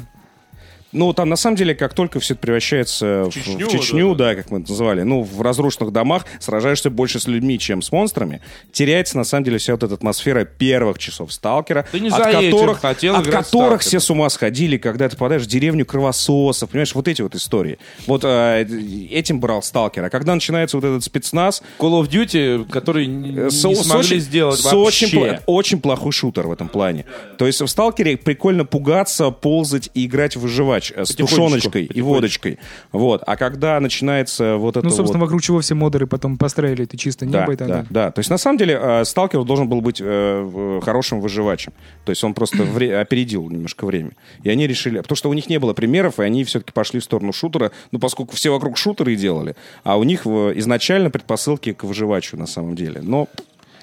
Ну, там на самом деле, как только все это превращается в в Чечню,
Чечню,
да, как мы это называли, ну, в разрушенных домах сражаешься больше с людьми, чем с монстрами, теряется на самом деле вся вот эта атмосфера первых часов сталкера,
Ты не за этим хотел
от
играть в
которых
«Сталкер».
все с ума сходили, когда ты попадаешь в деревню кровососов, понимаешь, вот эти вот истории. Вот э, этим брал сталкер. А когда начинается вот этот спецназ,
Call of Duty, который не,
с-
не
с
смогли
очень-
сделать
с
вообще.
Очень, пла- очень плохой шутер в этом плане. То есть в «Сталкере» прикольно пугаться, ползать и играть в выживач э, с
Потихонечку,
тушеночкой и
потихонечку.
водочкой. Вот. А когда начинается вот это
Ну, собственно,
вот...
вокруг чего все модеры потом построили, это чисто
Да,
небо и так
да,
далее.
да. То есть, на самом деле, э, «Сталкер» должен был быть э, в- хорошим выживачем. То есть, он просто вре- опередил немножко время. И они решили... Потому что у них не было примеров, и они все-таки пошли в сторону шутера. Ну, поскольку все вокруг шутеры и делали. А у них э, изначально предпосылки к выживачу, на самом деле. Но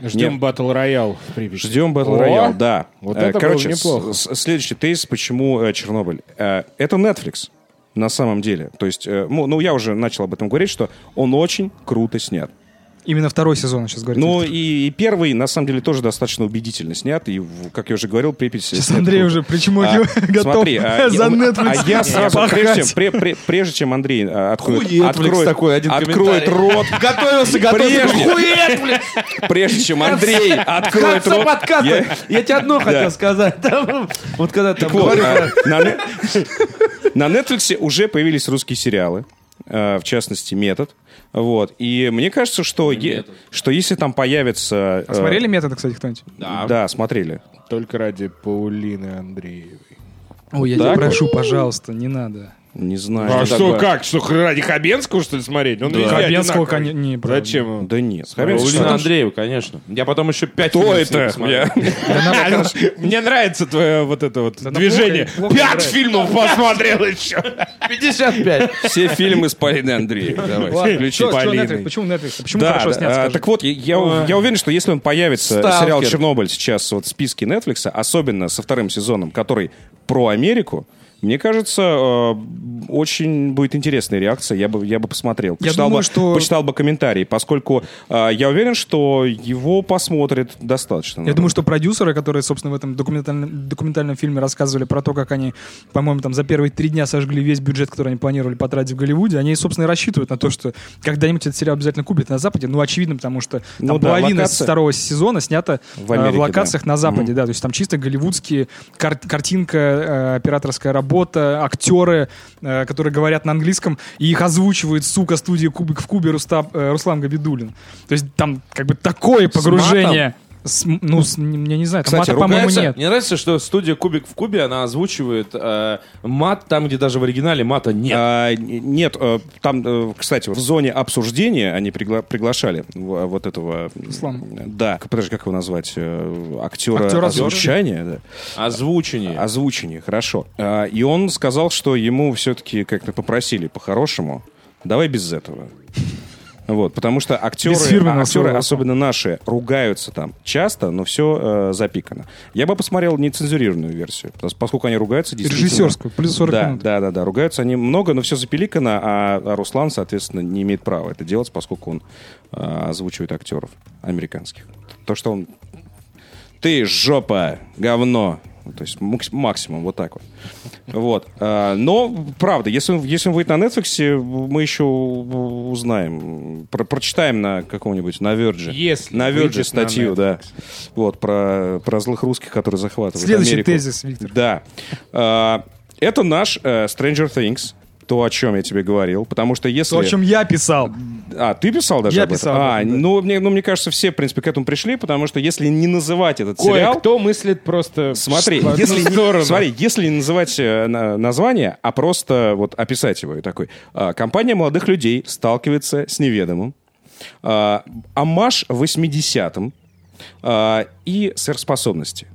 Ждем
Нет.
батл роял в Припяти.
Ждем Battle
О,
Royale, да.
вот
Э,
это было
Короче,
неплохо.
с- с- следующий тезис, почему э, Чернобыль. Э, Это Netflix, на самом деле. То есть, э, ну, ну, я уже начал об этом говорить, что он очень круто снят.
Именно второй сезон сейчас говорит.
Ну,
Виктор.
и, и первый, на самом деле, тоже достаточно убедительно снят. И, в- как я уже говорил, Припять...
Сейчас
снят
Андрей
круто.
уже почему
А,
готов
смотри, а,
за
я-
Netflix.
А я сразу,
пахать.
прежде чем, пре- пре- прежде чем Андрей а, откроет,
Хуй Netflix
откроет-
такой, один
откроет
комментарий.
рот,
Готовился, готовился.
Прежде.
Хует, блин!
прежде чем Андрей откроет
Конца
рот...
подкаста.
я-
Я тебе одно хотел сказать. Там, Вот когда ты
Так вот,
говорил,
а, на- А, На Netflix уже появились русские сериалы, э, в частности «Метод». Вот. И мне кажется, что, е-
«Метод».
что если там появится... э,
А Смотрели методы, кстати, кто-нибудь?
Да.
Да, смотрели.
Только ради Паулины Андреевой.
Ой, я тебя прошу, пожалуйста, не надо.
Не знаю.
А
что
что,
такое.
как? Что, ради Хабенского, что ли, смотреть? Он везде
Хабенского,
одинаковый.
конечно, не, правда.
Зачем он?
Да нет. Хабенский
Паулина
что?
Андреева, конечно. Я потом еще пять
Кто
фильмов с ней
это?
посмотрел.
Мне нравится твое вот это вот
она
движение.
плохо- плохо
Пять
играет.
фильмов посмотрел еще.
55.
Все фильмы с Полиной Андреевой. Давай,
Ладно,
включи.
чё- чё
Полиной.
Netflix? Почему Netflix? Почему
Да,
хорошо
да.
снят,
А,
скажи?
так вот, я, я, я уверен, что если он появится, э,
Сталкер.
сериал «Чернобыль» сейчас вот в списке Netflix, особенно со вторым сезоном, который про Америку, мне кажется, э, очень будет интересная реакция. Я бы, я бы посмотрел.
Я думаю,
бы,
что-
почитал бы комментарии, поскольку э, я уверен, что его посмотрит достаточно.
Я думаю, что продюсеры, которые, собственно, в этом документальном, документальном фильме рассказывали про то, как они, по-моему, там за первые три дня сожгли весь бюджет, который они планировали потратить в Голливуде, они, собственно, и рассчитывают на то, что когда-нибудь этот сериал обязательно купят на Западе. Ну, очевидно, потому что там
Ну да,
половина с
локация.
второго сезона снята э,
В
в,
Америке,
локациях на Западе, да. То есть там чисто голливудские кар- картинка, э, операторская работа, актеры, э, которые говорят на английском, и их озвучивает, сука, студия Кубик в Кубе Рустап- э, Руслан Габидулин. То есть там как бы такое погружение. С- ну, с- н- я не знаю, там
Кстати,
мата, по-моему,
Нравится-
нет.
Мне нравится, что студия Кубик в Кубе, она озвучивает э, мат там, где даже в оригинале мата нет.
А, н- нет, э, там, э, кстати, в зоне обсуждения они пригла- приглашали в- вот этого...
Руслана.
Да, к- подожди, как его назвать? Э, Актера,
Актера
озвучания, да.
А, Озвучение.
Озвучение, хорошо. А, И он сказал, что ему все-таки как-то попросили по-хорошему, давай без этого. Вот, потому что актеры, а,
Без фирменного
актеры
слова.
особенно наши, ругаются там часто, но все э, запикано. Я бы посмотрел нецензурированную версию, потому что поскольку они ругаются действительно...
Режиссерскую, плюс 40
Да,
минут.
да, да, да. Ругаются они много, но все запиликано, а, а Руслан, соответственно, не имеет права это делать, поскольку он а, озвучивает актеров американских. То, что он... Ты жопа, говно. Ну, То есть макс- максимум вот так вот. Вот. А, Но, правда, если, он- если он выйдет на Netflix, мы еще узнаем, про- прочитаем на каком-нибудь, на Verge.
Если
на Verge
выйдет на
статью, да. Вот, про, про злых русских, которые захватывают
Следующий
Америку.
тезис, Виктор.
Да. А, Это наш э, Stranger Things. То, о чем я тебе говорил. Потому что если...
То, о чем я писал.
А, ты писал даже
Я
об этом?
писал об
А,
этом, да.
ну, мне, ну, мне кажется, все, в принципе, к этому пришли, потому что если не называть этот сериал...
Кое-кто мыслит просто...
Смотри,
в одну
если не,
сторону.
смотри, если не называть э, на- название, а просто вот описать его и такой. а, Компания молодых людей сталкивается с неведомым. а, Амаш 80-м а, и сверхспособности.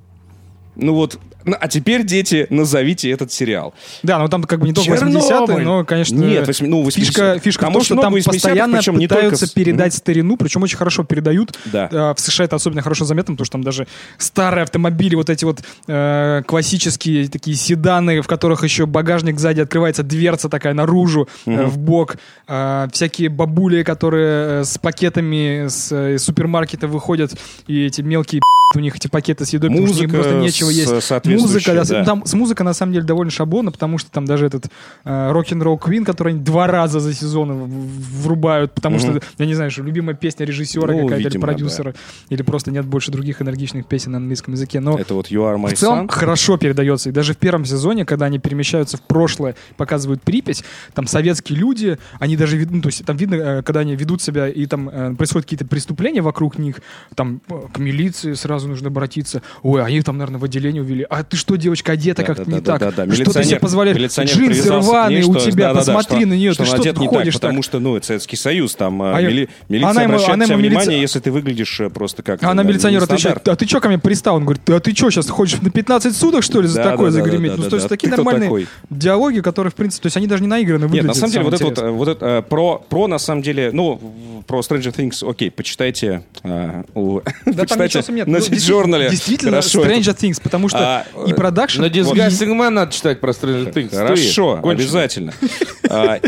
Ну вот, ну, а теперь, дети, назовите этот сериал.
Да, но там как бы не только
Чернобыль.
80-е, но, конечно,
Нет, восьми- ну, 80-е.
фишка, фишка в
Там
том,
очень
что
много
там
80-х,
постоянно
причем не только
пытаются
с-
передать старину, причем очень хорошо передают.
Да.
Э, В США это особенно хорошо заметно, потому что там даже старые автомобили, вот эти вот э, классические такие седаны, в которых еще багажник сзади открывается, дверца такая наружу, э, в бок. А, всякие бабули, которые э, с пакетами с, э, из супермаркета выходят, и эти мелкие у них эти пакеты с едой, потому что им
Музыка
просто нечего
с-
есть.
соответствующая,
Музыка, да,
да.
там там с музыкой на самом деле довольно шаблонно, потому что там даже этот э, рок-н-ролл Квин, который они два раза за сезон в- в- врубают, потому что, я не знаю, что любимая песня режиссера
Ну,
какая-то или
видимо,
продюсера, или просто нет больше других энергичных песен на английском языке. Но
Это вот You Are My
в целом
Son.
хорошо передается. И даже в первом сезоне, когда они перемещаются в прошлое, показывают Припять, там советские люди, они даже видны, ну, то есть там видно, э, когда они ведут себя, и там э, происходят какие-то преступления вокруг них, там э, к милиции сразу нужно обратиться. Ой, а их там, наверное, в отделение увели. А ты что, девочка, одета
Да,
как-то
да,
не
да,
так?
да, да, да.
Что ты себе
Милиционер-
позволяешь?
милиционер
Джинсы
привязался к
рваные
ней,
у
что-
тебя,
да, да, да,
посмотри
что-
на нее,
что
ты
она
что
одета
тут
не так,
ходишь так?
Потому что, ну, это Советский Союз, там а,
А я-
мили- милиция
она ему-
обращает
она
на
ему
тебя
милиция-
внимание, если ты выглядишь э, просто как...
А она
да,
милиционер
нестандартно.
отвечает, а ты что ко мне пристал? Он говорит, а ты что, сейчас хочешь на 15 суток, что ли, за
Да,
такое
да, да,
загреметь?
да,
ну,
да,
то есть
да.
такие
Ты кто
нормальные
такой?
диалоги, которые, в принципе, то есть они даже не наиграны
Нет,
выглядят.
на самом деле,
самое
вот это вот,
интересное.
э, вот это, э, про, про, на самом деле, ну, в- про Stranger Things, окей, почитайте э, у...
Да там ничего
почитайте
особенного нет.
на
Ну,
Сиджорнале.
Действительно,
Хорошо, это-
Stranger Things, потому что
А,
и
э,
продакшн...
На
и-
Disgusting Man надо читать про Stranger Things.
Хорошо,
Ты конченый.
обязательно. А,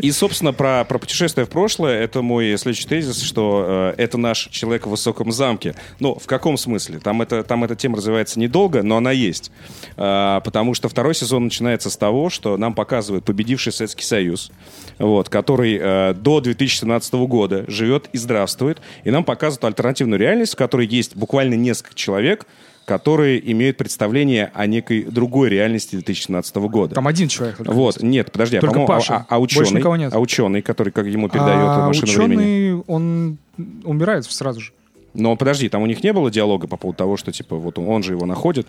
И, собственно, про, про путешествие в прошлое, это мой следующий тезис, что э, это наш человек в высоком замке. Ну, в каком смысле? Там, это, там эта тема развивается недолго, но она есть. А, потому что второй сезон начинается с того, что нам показывают победивший Советский Союз, вот, который э, до 2017 года живет и здравствует, и нам показывают альтернативную реальность, в которой есть буквально несколько человек, которые имеют представление о некой другой реальности 2017 года.
Там один человек. только
Вот, нет, подожди, а,
Только
по-моему,
Паша.
а, а
Больше
ученый,
никого нет.
а ученый, который как ему передает
а
машину
ученый,
времени.
он умирает сразу же.
Но подожди, там у них не было диалога по поводу того, что типа вот он, он же его находит.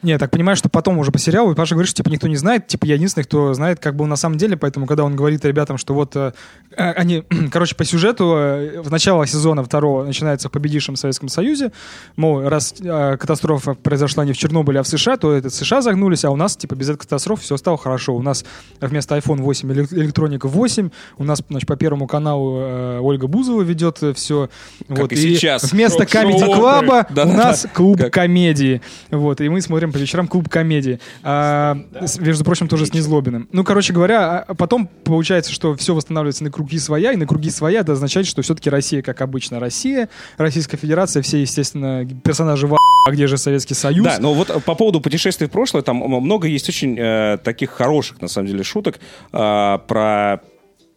Не, я так понимаю, что потом уже по сериалу, и Паша говорит, что типа никто не знает, типа я единственный, кто знает, как было на самом деле, поэтому когда он говорит ребятам, что вот э, э, они, короче, по сюжету э, в начало сезона второго начинается в победившем Советском Союзе, мол, раз э, катастрофа произошла не в Чернобыле, а в США, то это США загнулись, а у нас типа без этой катастрофы все стало хорошо, у нас вместо iPhone 8 эле- электроника 8, у нас значит, по первому каналу э, Ольга Бузова ведет все, вот
и сейчас.
вместо
Шоу-шоу
Comedy
«Опры».
Клаба
Да-да-да.
у нас клуб
Как-
комедии. Вот, и мы смотрим по вечерам клуб комедии. А, с- между прочим, тоже с Незлобиным. Ну, короче говоря, а потом получается, что все восстанавливается на круги своя, и на круги своя это означает, что все-таки Россия, как обычно, Россия, Российская Федерация, все, естественно, персонажи в а где же Советский Союз?
Да, но вот э, по поводу путешествий в прошлое, там м- много есть очень э, таких хороших, на самом деле, шуток э, про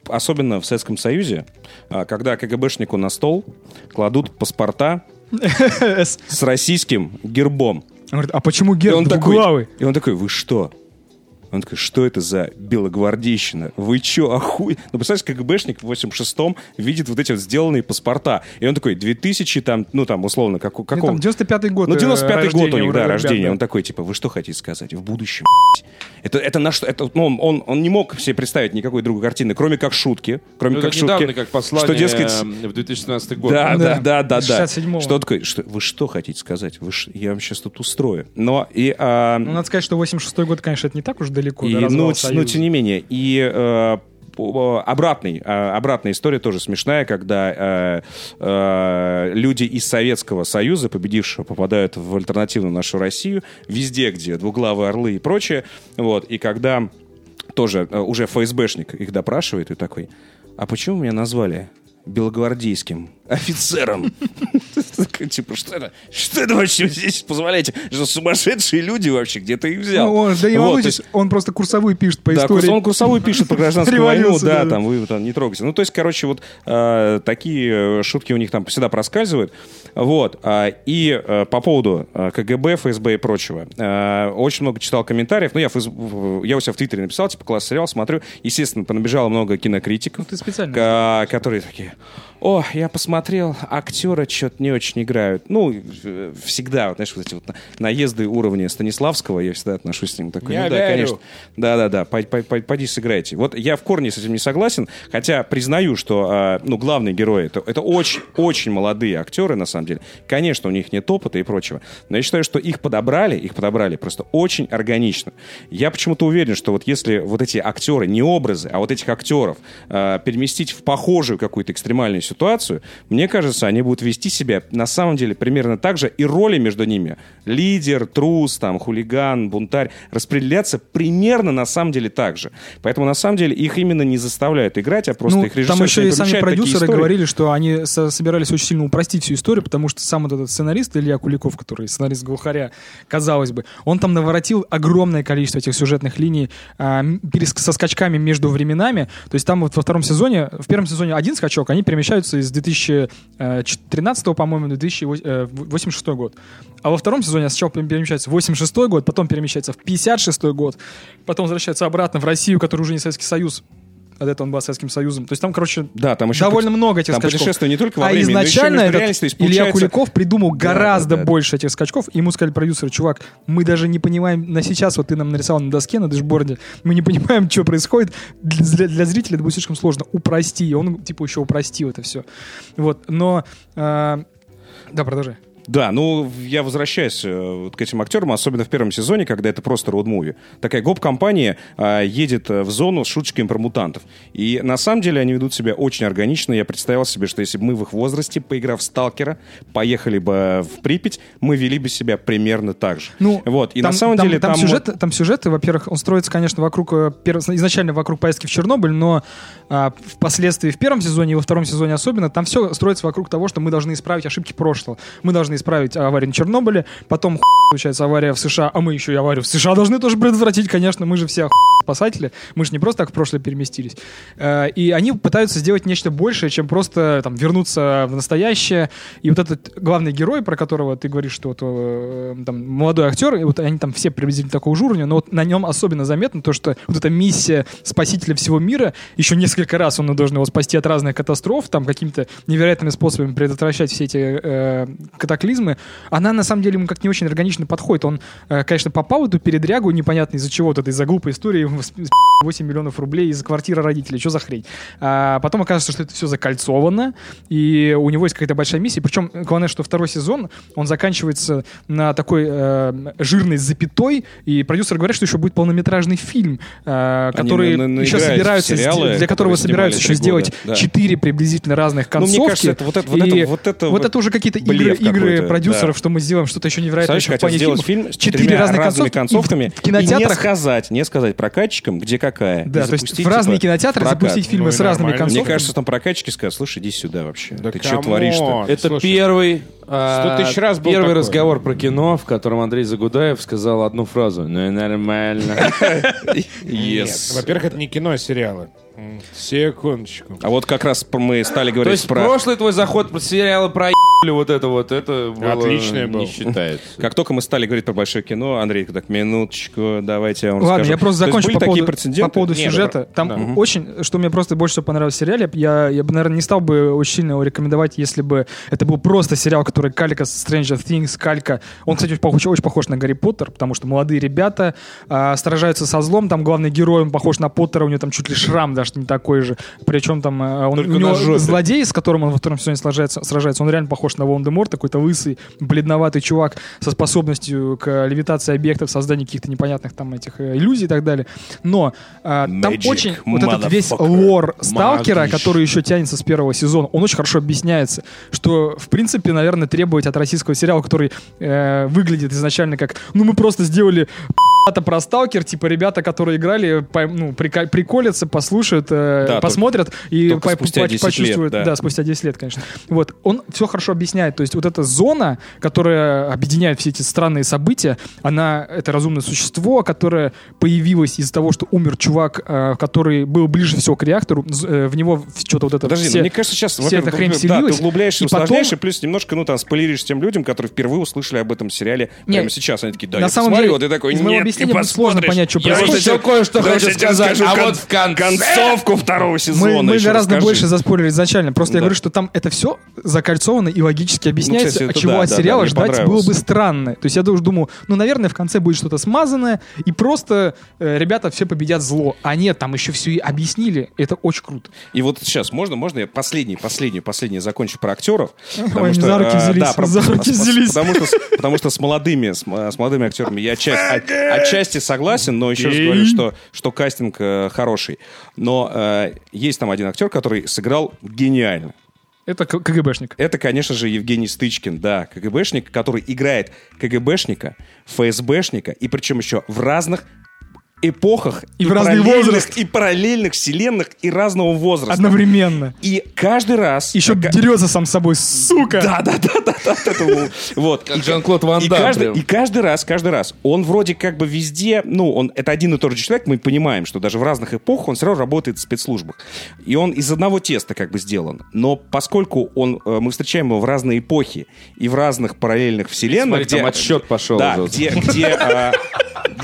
особенно в Советском Союзе, э, когда КГБшнику на стол кладут паспорта
С.
с российским гербом.
Он говорит, а почему
И он
Герд
такой,
двуглавый?
и он такой, вы что? Он такой, что это за белогвардейщина? Вы чё, охуй? Ну, представляешь, КГБшник в 86-м видит вот эти вот сделанные паспорта. И он такой, 2000, там, ну, там, условно, как,
Ну,
какого...
там 95-й год.
Ну,
э,
95-й год у
рождения
них, да,
ребят,
рождение.
да.
Он такой, типа, вы что хотите сказать? В будущем, блядь? это, это на что... Это, ну, он, он, он не мог себе представить никакой другой картины, кроме как шутки. Кроме
Ну,
как
это
шутки.
недавно, как послание
что, дескать,
э, в 2016 год.
да, да,
Да.
да, да, да.
67-го.
Что такое? Что, вы что хотите сказать? Вы ш- я вам сейчас тут устрою. Но и... а,
Ну, надо сказать, что 86-й год, конечно, это не так уж далеко.
и,
до
ну,
развала
т- ну,
Союза.
тем не менее. И э, по- обратный, э, обратная история тоже смешная, когда э, э, люди из Советского Союза, победившего, попадают в альтернативную нашу Россию, везде, где двуглавые орлы и прочее. Вот, и когда тоже э, уже ФСБшник их допрашивает и такой, а почему меня назвали белогвардейским офицером? Типа, что это? Что это вообще здесь позволяете? Что сумасшедшие люди вообще? Где ты их взял?
Ну, он, да и
Вот,
Иванович,
то есть-
он просто курсовую пишет по
да,
истории.
он курсовую пишет про гражданскую войну,
Революцию,
да,
да.
там вы там не трогайте. Ну, то есть, короче, вот э, такие э, шутки у них там всегда проскальзывают. Вот. а, и э, по поводу э, КГБ, ФСБ и прочего. Э, очень много читал комментариев. Ну, я, в Фейс- в- я у себя в Твиттере написал, типа, класс сериал, смотрю. Естественно, понабежало много кинокритиков.
Ну, Ты специально.
К- которые такие, о, я посмотрел, актеры что-то не очень играют. Ну, э, всегда, вот, знаешь, вот эти вот на- наезды уровня Станиславского, я всегда отношусь с ним такой,
Я
ну да,
верю».
конечно. Да-да-да, пой- пой- пой- пойди сыграйте. Вот я в корне с этим не согласен, хотя признаю, что, а, ну, главные герои, это, это очень, очень молодые актеры, на самом деле. Конечно, у них нет опыта и прочего, но я считаю, что их подобрали, их подобрали просто очень органично. Я почему-то уверен, что вот если вот эти актеры, не образы, а вот этих актеров а, переместить в похожую какую-то экстремальную ситуацию, мне кажется, они будут вести себя на самом деле примерно так же, и роли между ними, лидер, трус, там, хулиган, бунтарь, распределяться примерно на самом деле так же. Поэтому на самом деле их именно не заставляют играть, а просто
Ну,
их режиссеры
там еще и сами продюсеры
говорили.
говорили, что они со- собирались очень сильно упростить всю историю, потому что сам вот этот сценарист Илья Куликов, который сценарист «Глухаря», казалось бы, он там наворотил огромное количество этих сюжетных линий а, м, перес- со скачками между временами. То есть там вот во втором сезоне, в первом сезоне один скачок, они перемещаются из 2013, по-моему, э, 2086 год. А во втором сезоне сначала перемещается в 86 год, потом перемещается в 56 год, потом возвращается обратно в Россию, который уже не Советский Союз, а до этого он был Советским Союзом. То есть там, короче,
Да, там еще
довольно много этих
там
скачков.
путешествие не только во
а
времени, но еще и
изначально
между
этот
реальностью, то есть
Илья
получается-
Куликов придумал
Да,
гораздо
да, да.
больше этих скачков. Ему сказали продюсеры, чувак, мы даже не понимаем, на сейчас вот ты нам нарисовал на доске, на дэшборде, мы не понимаем, что происходит. Для, для- для зрителя это будет слишком сложно. Упрости. И он, типа, еще упростил это все. Вот, но... э, да, продолжай.
Да, ну в- я возвращаюсь э, вот к этим актерам, особенно в первом сезоне, когда это просто роуд-муви. Такая гоп-компания э, едет э, в зону с шуточками про мутантов. И на самом деле они ведут себя очень органично. Я представил себе, что если бы мы в их возрасте, поиграв в Сталкера, поехали бы в Припять, мы вели бы себя примерно так же. вот, и
Ну, там-
на самом
там-
деле
там,
там...
сюжет, там сюжет, во-первых, он строится, конечно, вокруг э, пер- изначально вокруг поездки в Чернобыль, но а, впоследствии в первом сезоне и во втором сезоне особенно там все строится вокруг того, что мы должны исправить ошибки прошлого, мы должны исправить э, аварию на Чернобыле, потом хуй, получается авария в США, а мы еще и аварию в США должны тоже предотвратить, конечно, мы же все хуй, спасатели, мы же не просто так в прошлое переместились. Э, И они пытаются сделать нечто большее, чем просто там вернуться в настоящее. И вот этот главный герой, про которого ты говоришь, что вот, э, там молодой актер, и вот они там все приблизительно такого же уровня, но вот на нем особенно заметно то, что вот эта миссия спасителя всего мира, еще несколько раз он должен его спасти от разных катастроф, там какими-то невероятными способами предотвращать все эти э, катаклизмы, она на самом деле ему как не очень органично подходит. Он, э, конечно, попал в эту передрягу, непонятно из-за чего, вот этой из-за глупой истории, ему с- 8 миллионов рублей из квартиры родителей, что за хрень. А потом окажется, что это все закольцовано, и у него есть какая-то большая миссия. Причем, главное, что второй сезон, он заканчивается на такой э, жирной запятой, и продюсеры говорят, что еще будет полнометражный фильм, э,
Они
который
на- на-
еще
наиграют
собираются,
в сериалы,
сдел- для
которые
которого собираются еще
снимали
сделать
три года, да.
4 приблизительно разных
Ну,
концовки.
мне кажется, это вот это, вот
И
это, вот это
вот
вот
это уже какие-то игры,
блеф
игры
какой-то,
продюсеров,
да.
что мы сделаем что-то еще невероятное
Представляешь,
еще в
хотят
плане
сделать
фильмов.
фильм с
четыре
четырьмя
разных
разными
концовки, и
концовками.
в- в
И не
кинотеатрах.
сказать, не сказать прокатчикам, где какая.
Да,
И
то есть
запустить,
в разные
типа,
кинотеатры
прокат.
запустить фильмы
Ну и
с разными
нормально. Мне
концовками.
Мне кажется, там прокатчики скажут, слушай, иди сюда вообще.
Да
Ты что
камон.
творишь-то?
Это
Слушай,
первый, а,
тысяч раз был
первый
такое.
разговор про кино, в котором Андрей Загудаев сказал одну фразу. Ну и нормально.
Нет,
Yes.
во-первых, это не кино, а сериалы. М, Секундочку.
А вот как раз мы стали
То
говорить
есть
про...
прошлый твой заход про сериалы про вот это вот, это было...
Отличное было.
Не считается.
Как только мы стали говорить про большое кино, Андрей так, минуточку, давайте я вам
Ладно,
расскажу».
я просто
То есть
закончу
были
по поводу,
такие прецеденты?
по поводу
Нет,
сюжета. Там очень, что мне просто больше всего понравилось в сериале, я, я бы, наверное, не стал бы очень сильно его рекомендовать, если бы это был просто сериал, который калька с Stranger Things, калька. Он, кстати, очень похож, очень похож на Гарри Поттер, потому что молодые ребята а, сражаются со злом, там главный герой, он похож на Поттера, у него там чуть ли шрам даже не такой же. Причем там а, он,
Только
у
на
него
жопе.
злодей, с которым он во втором сезоне сражается, сражается, он реально похож на Волан-де-Морта, какой-то лысый, бледноватый чувак со способностью к э, левитации объектов, созданию каких-то непонятных там этих э, иллюзий и так далее. Но а, там
Magic,
очень вот этот весь
motherfucker.
лор Сталкера,
Магиш.
который еще тянется с первого сезона, он очень хорошо объясняется, что, в принципе, наверное, требовать от российского сериала, который э, выглядит изначально как, ну, мы просто сделали это про сталкер, типа ребята, которые играли, по- ну, прика- приколятся, послушают, э,
Да,
посмотрят и
только спустя 10 лет,
почувствуют.
да.
да, спустя 10 лет, конечно. Вот, он все хорошо объясняет. То есть вот эта зона, которая объединяет все эти странные события, она, это разумное существо, которое появилось из-за того, что умер чувак, э, который был ближе всего к реактору, з- э, в него что-то вот это
Подожди,
все-
ну, мне кажется, сейчас
вся
во-первых,
эта хрень
да,
вселилась,
ты углубляешься,
и потом-
усложняешь, и плюс немножко, ну, там, спойлеришь тем людям, которые впервые услышали об этом сериале
Не,
прямо сейчас. Они такие, да,
на
я
самом
посмотрел,
деле,
а ты такой,
из
нет,
моего
не
объяснения будет
посмотришь».
сложно понять, что
Я
Я
происходит.
сейчас-
еще кое-что
Давай
хочу
я тебе
сказать,
расскажу
а
кон-
вот в конце...
концовку второго сезона
Мы, мы
еще
гораздо
расскажи.
больше заспорили изначально. Просто я
Да. Ну,
говорю, что там это все закольцовано и логически объясняется,
кстати,
от
это
чего
да,
от
да,
сериала
да, мне
ждать было
понравилось.
бы странно. То есть я тоже думал, ну, наверное, в конце будет что-то смазанное, и просто э, ребята все победят зло. А нет, там еще все и объяснили. Это очень круто.
И вот сейчас можно, можно я последний, последний, последний закончу про актеров? Потому
они
что,
за руки
э,
взялись,
да, про-
за руки
с- с-
взялись.
Потому что, с- потому что с молодыми, с, м- с молодыми актерами я отчасти, от- отчасти согласен, но еще раз говорю, что, что кастинг э, хороший. Но э, есть там один актер, который сыграл гениально.
Это К- КГБшник.
Это, конечно же, Евгений Стычкин, да, КГБшник, который играет КГБшника, ФСБшника, и причем еще в разных эпохах
И в разный
параллельных-
возраст.
и параллельных вселенных и разного возраста.
Одновременно.
И каждый раз...
Еще
Ка-
дерется сам с собой, сука!
Да, да, да, да, да, да, это был- Вот.
Как Жан-Клод Ван
И
Дамм,
каждый,
прям.
и каждый раз, каждый раз, он вроде как бы везде, ну, он это один и тот же человек, мы понимаем, что даже в разных эпохах он все равно работает в спецслужбах. И он из одного теста как бы сделан. Но поскольку он, э, мы встречаем его в разные эпохи и в разных параллельных вселенных,
Смотри, там отсчет пошел
да,
уже.
где, где, э,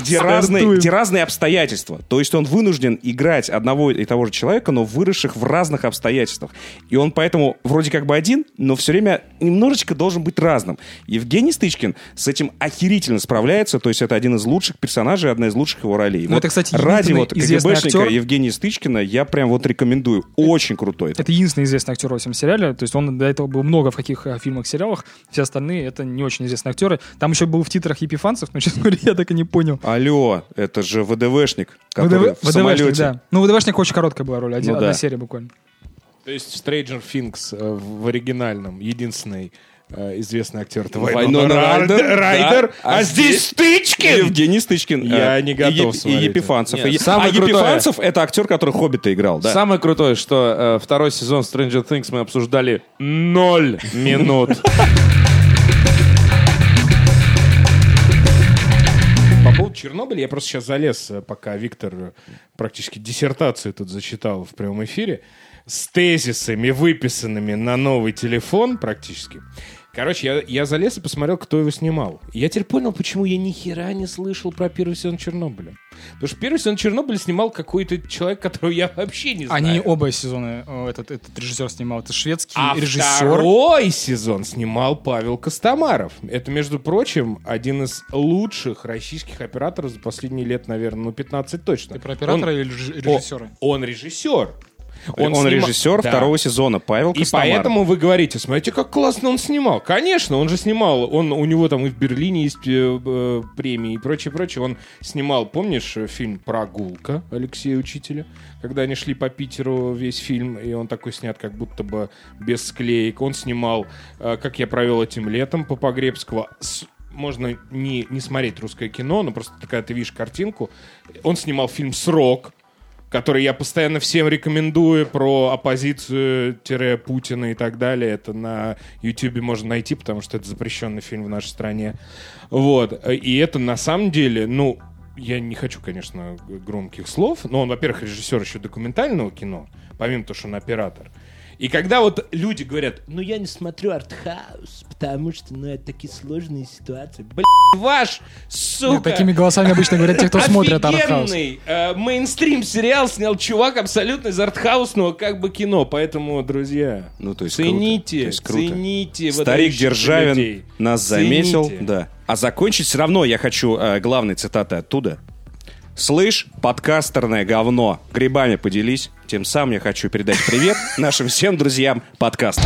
где разные, где разные обстоятельства. То есть он вынужден играть одного и того же человека, но выросших в разных обстоятельствах. И он поэтому вроде как бы один, но все время немножечко должен быть разным. Евгений Стычкин с этим охерительно справляется, то есть это один из лучших персонажей, одна из лучших его ролей.
Ну, это, кстати,
ради
единственный
вот
известный
КГБшника
актер.
Евгения Стычкина я прям вот рекомендую. Очень крутой.
Это единственный известный актер во всем сериале. То есть он до этого был много в каких э, фильмах, сериалах. Все остальные это не очень известные актеры. Там еще был в титрах Епифанцев, но, честно говоря, я так и не понял.
Алло, это же ВДВшник, который
ВДВ
в самолете.
ВДВшник, да. Ну, ВДВшник очень короткая была роль, один-
Ну да.
одна серия буквально.
То есть Stranger Things э, в оригинальном единственный э, известный актер это
Вайнона
Вайнона
Райдер,
Райдер,
да.
Райдер, а
А
здесь Стычкин!
Евгений Стычкин.
Я
э,
не
и
готов
Еп- И
смотреть.
Епифанцев.
Нет,
И- А
самое крутое-
Епифанцев — это актер, который «Хоббита» играл, да?
Самое крутое, что э, второй сезон Stranger Things мы обсуждали ноль минут.
Чернобыль. Я просто сейчас залез, э, пока Виктор э, практически диссертацию тут зачитал в прямом эфире, с тезисами, выписанными на новый телефон практически. Короче, я, я залез и посмотрел, кто его снимал. Я теперь понял, почему я ни хера не слышал про первый сезон Чернобыля. Потому что первый сезон Чернобыля снимал какой-то человек, которого я вообще не знаю.
Они оба сезона э, этот, этот режиссер снимал. Это шведский
А
режиссер.
второй сезон снимал Павел Костомаров. Это, между прочим, один из лучших российских операторов за последние лет, наверное, ну 15 точно.
Ты про оператора или реж-
Он,
режиссера?
о- он режиссер.
Он,
снима-
режиссер
Да.
второго сезона. Павел
И
Костомаров.
поэтому вы говорите, смотрите, как классно он снимал. Конечно, он же снимал, он у него там и в Берлине есть э, э, премии и прочее, прочее. Он снимал, помнишь, э, фильм "Прогулка" Алексея Учителя, когда они шли по Питеру весь фильм, и он такой снят, как будто бы без склеек. Он снимал, э, как я провел этим летом по Погребского. С- можно не не смотреть русское кино, но просто когда ты видишь картинку, он снимал фильм "Срок" который я постоянно всем рекомендую про оппозицию-Путина и так далее. Это на Ютубе можно найти, потому что это запрещенный фильм в нашей стране. Вот. И это на самом деле, ну, я не хочу, конечно, громких слов, но он, во-первых, режиссер еще документального кино, помимо того, что он оператор. И когда вот люди говорят,
Ну я не смотрю артхаус, потому что, ну, это такие сложные ситуации. Блин,
ваш,
Ну,
сука,
Такими голосами обычно говорят те, кто смотрит артхаус.
Офигенный э, мейнстрим сериал снял чувак абсолютно из артхаусного как бы кино. Поэтому, друзья,
Ну, то есть круто.
цените,
То есть круто.
цените
Старик
выдающихся
Державин
людей.
нас
Цените.
заметил. Да. А закончить все равно я хочу э, главной цитаты оттуда. Слышь, подкастерное говно, грибами поделись. Тем самым я хочу передать привет нашим всем друзьям подкаста.